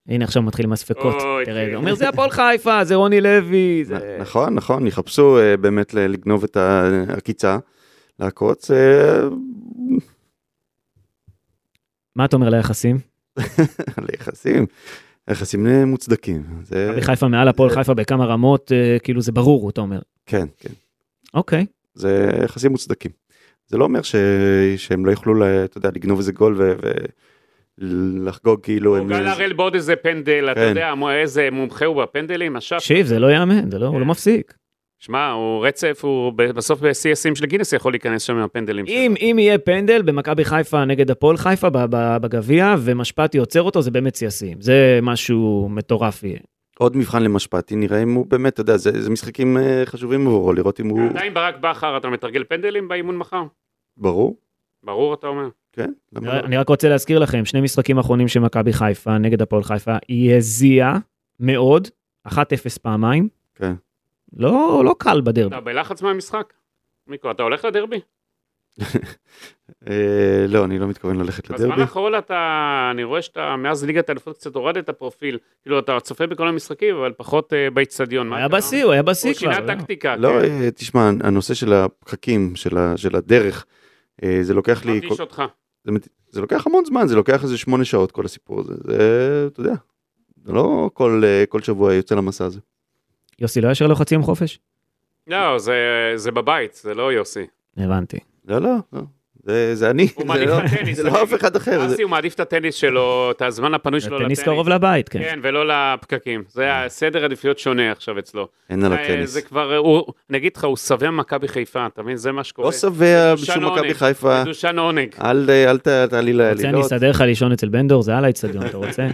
הנה, עכשיו מתחיל עם הספקות. אוי, תראה, כן. הוא אומר, זה הפועל חיפה, זה רוני לוי, זה... נ- נכון, נכון, יחפשו אה, באמת ל- לגנוב את ה- העקיצה, לעקוץ. אה, מה אתה אומר ליחסים? ליחסים, יחסים אה, מוצדקים. זה... מכבי חיפה מעל הפועל חיפה בכמה רמות, אה, כאילו זה ברור, אתה אומר. כן, כן. אוקיי. אה, זה יחסים מוצדקים. זה לא אומר ש... שהם לא יוכלו, ל- אתה יודע, לגנוב איזה גול ו... ולחגוג כאילו הוא הם... גל הראל בעוד איזה פנדל, אתה כן. יודע מו- איזה מומחה הוא בפנדלים, אשף. תקשיב, זה לא יאמן, זה לא, הוא לא כן. מפסיק. שמע, הוא רצף, הוא ב- בסוף בשיא השיאים של גינס יכול להיכנס שם עם הפנדלים שלו. אם, אם יהיה פנדל במכבי חיפה נגד הפועל חיפה ב- ב- בגביע, ומשפטי עוצר אותו, זה באמת שיא השיאים. זה משהו מטורף יהיה. עוד מבחן למשפטי, נראה אם הוא באמת, אתה יודע, זה, זה משחקים אה, חשובים עבורו, לראות אם הוא... עדיין ברק בכר, אתה מתרגל פנדלים באימון מחר? ברור, ברור, אתה אומר. כן. למה אה. לא? אני רק רוצה להזכיר לכם, שני משחקים אחרונים של מכבי חיפה נגד הפועל חיפה, היא הזיעה מאוד, 1-0 פעמיים. כן. לא, לא קל בדרבי. אתה בלחץ מהמשחק? מיקו, אתה הולך לדרבי? אה, לא, אני לא מתכוון ללכת בזמן לדרבי. האחרון אתה, אני רואה שאתה, מאז ליגת האלופות קצת הורדת פרופיל. כאילו, אתה צופה בכל המשחקים, אבל פחות אה, באיצטדיון. מה היה קרה? בשיא, הוא היה בשיא הוא כבר. שינה טקטיקה. לא, כן. אה, תשמע, הנושא של הפקקים, של ה- של הדרך, אה, זה לוקח לי... מרגיש אותך. זה, מת- זה לוקח המון זמן, זה לוקח איזה שמונה שעות כל הסיפור הזה, זה, אתה יודע, זה לא כל, אה, כל שבוע יוצא למסע הזה. יוסי לא ישר לו חצי יום חופש? לא, זה, זה בבית, זה לא יוסי. הבנתי. לא, לא, לא. זה, זה אני, הוא זה מעדיף לא, את הטניס. זה לא אף אחד אחר. זה... אסי הוא מעדיף את הטניס שלו, את הזמן הפנוי שלו לטניס. טניס קרוב לבית, כן. אה. כן, ולא לפקקים. זה הסדר עדיפויות שונה עכשיו אצלו. אין על אה, הטניס. זה כבר, אה, הוא, נגיד לך, הוא שבע מכבי חיפה, אתה מבין? זה מה שקורה. לא שבע בשום לא עונג. מכבי חיפה, מדושן עונג. אל, אה, אל לא- ת- תעלי רוצה אני לעלילות. אסדר לך לישון אצל בן דור? זה על האצטדיון, אתה <laughs> רוצה?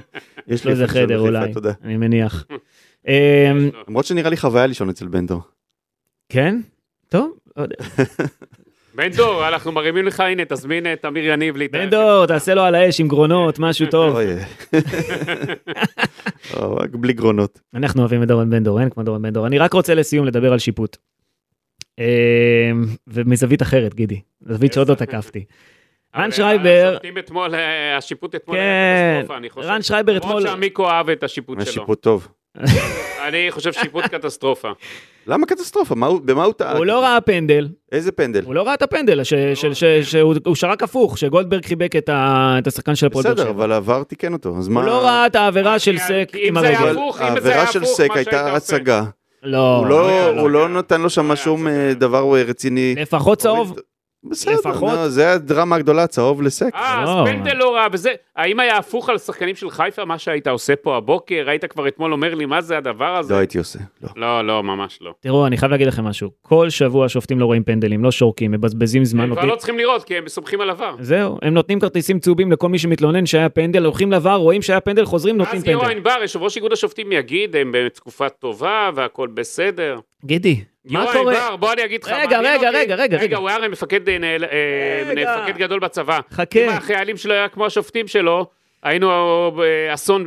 יש לו איזה איפה לישון חדר בחיפה, אולי, תודה. אני <laughs> מניח. אמ, למרות שנראה לי חוויה לישון אצל בנדו. כן? טוב. לא יודע. בן דור, אנחנו מרימים לך, הנה, תזמין את אמיר יניב להתארח. בן דור, תעשה לו על האש עם גרונות, משהו טוב. <laughs> אוי, <laughs> אה. או, רק בלי גרונות. אנחנו אוהבים את דורון בן דור, אין כמו דורון בן דור. אני רק רוצה לסיום לדבר על שיפוט. אמ, ומזווית אחרת, גידי. זווית שעוד לא תקפתי. אבל רן שרייבר, השופטים אתמול, אה, השיפוט אתמול כן. היה קטסטרופה, אני חושב. רן שרייבר למרות אתמול... שהמיקו אהב את השיפוט היה שלו. שיפוט טוב. אני חושב <laughs> שיפוט קטסטרופה. למה קטסטרופה? מה הוא- במה הוא טעה? הוא לא ראה פנדל, איזה פנדל? הוא לא ראה את הפנדל, ש- של- ש- שהוא הוא שרק הפוך, שגולדברג חיבק את ה- את השחקן של הפועל באר בסדר, לא שבע. אבל העבר תיקן אותו, אז מה... הוא לא ראה את העבירה של כי- סק כי אם עם זה היה הרגל. אבל הפוך, אם זה היה העבירה של הפוך, סק מה שהיית הייתה עושה. הצגה. לא, הוא לא- לא, הוא לא. לא נתן לו שם לא היה שום הצגה. אה, דבר אה, רציני. לפחות צהוב. בסדר, לפחות. נו, זה הדרמה הגדולה, צהוב לסק. אה, אז לא. פנדל לא רע, וזה, האם היה הפוך על שחקנים של חיפה, מה שהיית עושה פה הבוקר? היית כבר אתמול אומר לי, מה זה הדבר הזה? לא הייתי עושה, לא. לא, לא, ממש לא. תראו, אני חייב להגיד לכם משהו. כל שבוע השופטים לא רואים פנדלים, לא שורקים, מבזבזים זמן. הם כבר נותנים- לא צריכים לראות, כי הם סומכים על עבר. זהו, הם לא נותנים כרטיסים צהובים לכל מי שמתלונן שהיה פנדל, הולכים לבר, רואים שהיה פנדל, חוזרים, נותנים אז ליאור פנדל. ענבר, יושב ראש איגוד השופטים, יגיד, הם בתקופה טובה והכל בסדר. גידי, מה יוראי קורה? בר, בוא אני אגיד לך. רגע, מעניין רגע, אותי- רגע, רגע, רגע. רגע, הוא היה הרי מפקד, אה, נהל- אה, רגע. מפקד גדול בצבא. חכה. אם החיילים שלו היה כמו השופטים שלו, היינו אה, אסון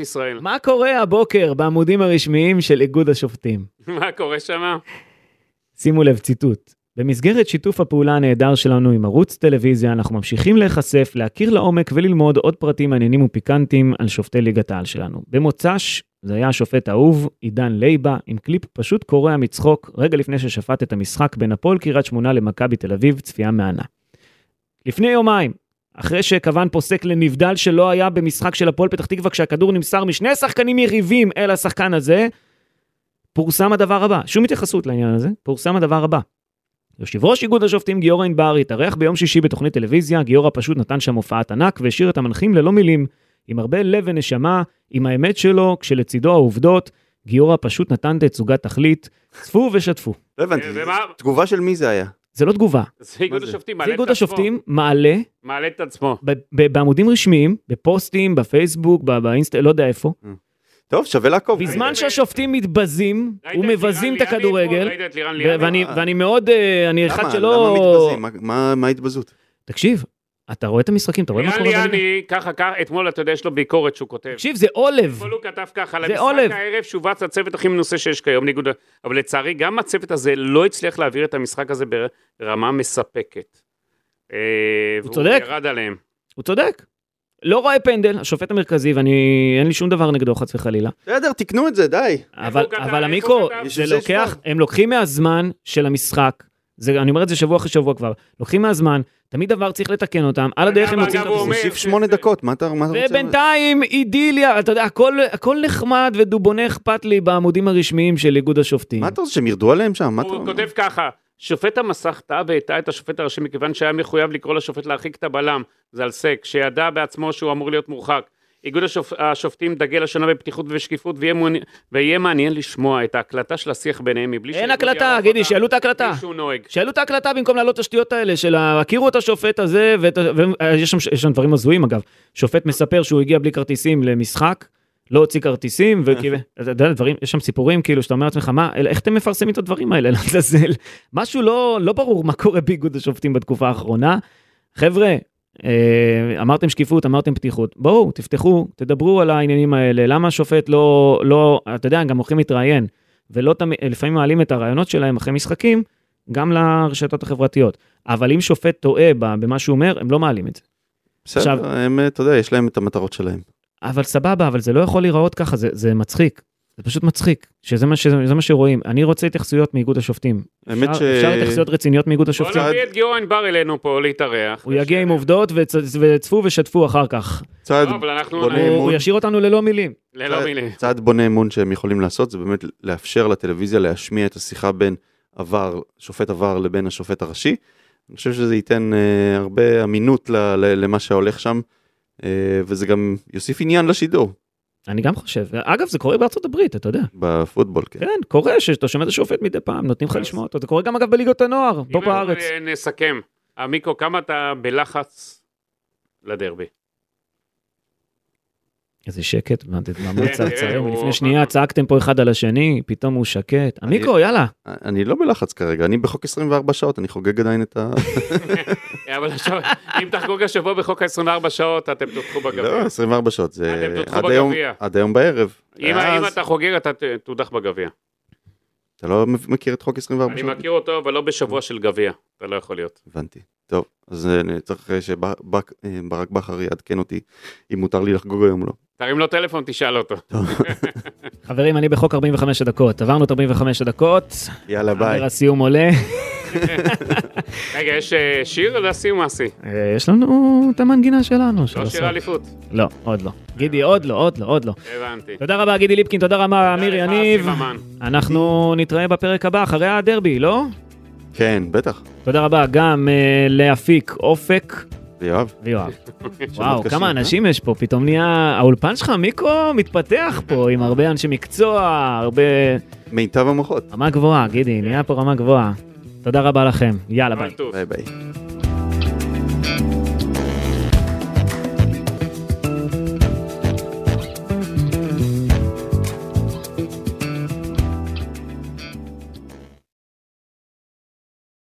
<laughs> ישראל. מה קורה הבוקר בעמודים הרשמיים של איגוד השופטים? מה קורה שם? שימו לב, ציטוט. במסגרת שיתוף הפעולה הנהדר שלנו עם ערוץ טלוויזיה, אנחנו ממשיכים להיחשף, להכיר לעומק וללמוד עוד פרטים מעניינים ופיקנטים על שופטי ליגת העל שלנו. במוצ"ש, זה היה השופט האהוב, עידן לייבה, עם קליפ פשוט קורע מצחוק, רגע לפני ששפט את המשחק בין הפועל קריית שמונה למכבי תל אביב, צפייה מהנה. לפני יומיים, אחרי שכוון פוסק לנבדל שלא היה במשחק של הפועל פתח תקווה כשהכדור נמסר משני שחקנים יריבים אל השחקן הזה, פורסם הדבר הבא, שום התייחסות לעניין הזה, פורסם הדבר הבא. יושב ראש איגוד השופטים גיורא ענבר התארח ביום שישי בתוכנית טלוויזיה, גיורא פשוט נתן שם הופעת ענק והשאיר את המנחים ללא מילים, עם הרבה לב ונשמה, עם האמת שלו, כשלצידו העובדות, גיורא פשוט נתן תצוגת תכלית, צפו ושתפו. לא הבנתי, אה, ומה- תגובה של מי זה היה? זה לא תגובה, זה איגוד זה? השופטים, זה מעלה את איגוד עצמו. השופטים מעלה מעלה את עצמו. ב- ב- בעמודים רשמיים, בפוסטים, בפייסבוק, ב- באינסטה, לא יודע איפה. טוב, שווה לעקוב. בזמן ראית- שהשופטים מתבזים ראית את ומבזים לירן את ליאני אתמול? הכדורגל, ראית את לירן ו- ליאני? ואני ואני מאוד, אה, אני אחד למה? שלא... למה מתבזים? מה- מה- מה ההתבזות? תקשיב, אתה רואה את המשחקים, אתה רואה מה לירן קורה בליגה? ליאני, ככה, ככה, אתמול, אתה יודע, יש לו ביקורת שהוא כותב. תקשיב, זה עולב. אתמול הוא כתב ככה, זה על המשחק עולב. הערב שובץ הצוות הכי מנוסה שיש כיום, ניגוד... אבל לצערי, גם הצוות הזה לא הצליח להעביר את המשחק הזה ברמה מספקת. אה, והוא צודק. ירד עליהם. הוא צודק. לא רואה פנדל, השופט המרכזי, ואני, אין לי שום דבר נגדו, חס וחלילה. בסדר, תקנו את זה, די. אבל, כתב? אבל איפה המיקרו, הוא כתב? זה יש לזה לוקח, זמן. הם לוקחים מהזמן של המשחק, זה, אני אומר את זה שבוע אחרי שבוע כבר, לוקחים מהזמן, תמיד דבר צריך לתקן אותם, על הדרך הם אגב, מוצאים את אגב, הוא הכיסוי. אומר- תוסיף זה- שמונה זה- דקות, מה אתה מה אתה רוצה? ובינתיים אידיליה, אתה יודע, הכל, הכל נחמד ודובונה אכפת לי בעמודים הרשמיים של איגוד השופטים. מה אתה רוצה, שהם ירדו עליהם שם? מה אתה הוא כותב ככה, שופט המסך טעה והטעה את השופט הראשי מכיוון שהיה מחויב לקרוא לשופט להרחיק את הבלם, זלסק, שידע בעצמו שהוא אמור להיות מורחק. איגוד השופ... השופטים דגל השנה בפתיחות ובשקיפות, ויהיה, מעוני... ויהיה מעניין לשמוע את ההקלטה של השיח ביניהם מבלי אין שהאיגוד הקלטה, יערוך גידי, אותה, שיעלו את ההקלטה. בלי שהוא נוהג. שיעלו את ההקלטה במקום להעלות את השטויות האלה של ה- הכירו את השופט הזה, ואת ה- ויש שם, יש שם דברים הזויים אגב. שופט מספר שהוא הגיע בלי כרטיסים למשחק, לא הוציא כרטיסים, וכאילו, אתה יודע, דברים, יש שם סיפורים כאילו שאתה אומר לעצמך, מה, אל- איך אתם מפרסמים את הדברים האלה, <laughs> לעזאזל? משהו לא, לא ברור מה קורה באיגוד השופטים בתקופה האחרונה. חבר'ה, אה, אמרתם שקיפות, אמרתם פתיחות. בואו, תפתחו, תדברו על העניינים האלה. למה השופט לא, לא, אתה יודע, גם הולכים להתראיין, ולא תמיד, לפעמים מעלים את הרעיונות שלהם אחרי משחקים, גם לרשתות החברתיות. אבל אם שופט טועה ב- במה שהוא אומר, הם לא מעלים את זה. עכשיו- בסדר, הם, אה, אתה יודע, יש להם את המטרות שלהם. אבל סבבה, אבל זה לא יכול להיראות ככה, זה, זה מצחיק. זה פשוט מצחיק, שזה מה, שזה, זה מה שרואים. אני רוצה התייחסויות מאיגוד השופטים. האמת אפשר, ש- אפשר התייחסיות רציניות מאיגוד בוא השופטים. נביא את גיורא ענבר אלינו פה להתארח. הוא יגיע עם עובדות וצ- וצפו ושתפו אחר כך. צעד, לא, אבל אנחנו בוא אה, הוא, נהיה הוא אמון. ישאיר אותנו ללא מילים. ללא מילים. צעד בונה אמון שהם יכולים לעשות זה באמת לאפשר לטלוויזיה להשמיע את השיחה בין עבר, שופט עבר לבין השופט הראשי. אני חושב שזה ייתן אה, הרבה אמינות ל, ל, למה שהולך שם, אה, וזה גם יוסיף עניין לשידור אני גם חושב. אגב, זה קורה בארצות הברית, אתה יודע. בפוטבול. כן. כן, קורה שאתה שומע את השופט מדי פעם, נותנים לך אז- לשמוע אותו. זה קורה גם אגב בליגות הנוער, פה אם אה, אנחנו בארץ. נ- נסכם. המיקו, כמה אתה בלחץ לדרבי? <laughs> איזה שקט, מה זה- מה מה צעצעים? הוא- לפני שנייה צעקתם פה אחד על השני, פתאום הוא שקט. עמיקו, יאללה. אני לא בלחץ כרגע, אני בחוק 24 שעות, אני חוגג <laughs> עדיין את ה... אבל עכשיו, אם תחגוג השבוע בחוק ה-24 שעות, אתם תותחו בגביע. לא, 24 שעות, זה אתם תותחו עד היום, בגביע. עד היום בערב. אם ואז- אם אתה חוגג, אתה ת- תודח בגביע. אתה לא מכיר את חוק 24 אני שעות? מכיר אותו, אבל לא בשבוע של גביע. אתה לא יכול להיות. הבנתי. טוב, אז אני צריך אה, שברק אה, ברק בכר יעדכן אותי אם מותר לי לחגוג היום או לא. תרים לו טלפון, תשאל <laughs> אותו. חברים, אני בחוק 45 הדקות. עברנו את 45 הדקות. יאללה ביי. עבר הסיום עולה. רגע, יש אה, שיר לסיום מעשי? אה, יש לנו את המנגינה שלנו. של לא הסוף. שיר אליפות. לא, עוד לא. גידי, עוד לא, עוד לא, עוד לא. הבנתי. אה, תודה רבה, גידי ליפקין, תודה רבה, אמיר תודה לך, יניב. סיממן. אנחנו נתראה בפרק הבא, אחרי הדרבי, לא? כן, בטח. תודה רבה גם אה, להפיק אופק ויואב, ויואב. וואו, קשים, כמה אה? אנשים יש פה, פתאום נהיה... האולפן שלך, מיקרו, מתפתח פה עם הרבה אנשי מקצוע, הרבה... מיטב המוחות. רמה גבוהה, גידי, נהיה פה רמה גבוהה. תודה רבה לכם, יאללה ביי. כל טוב. ביי ביי.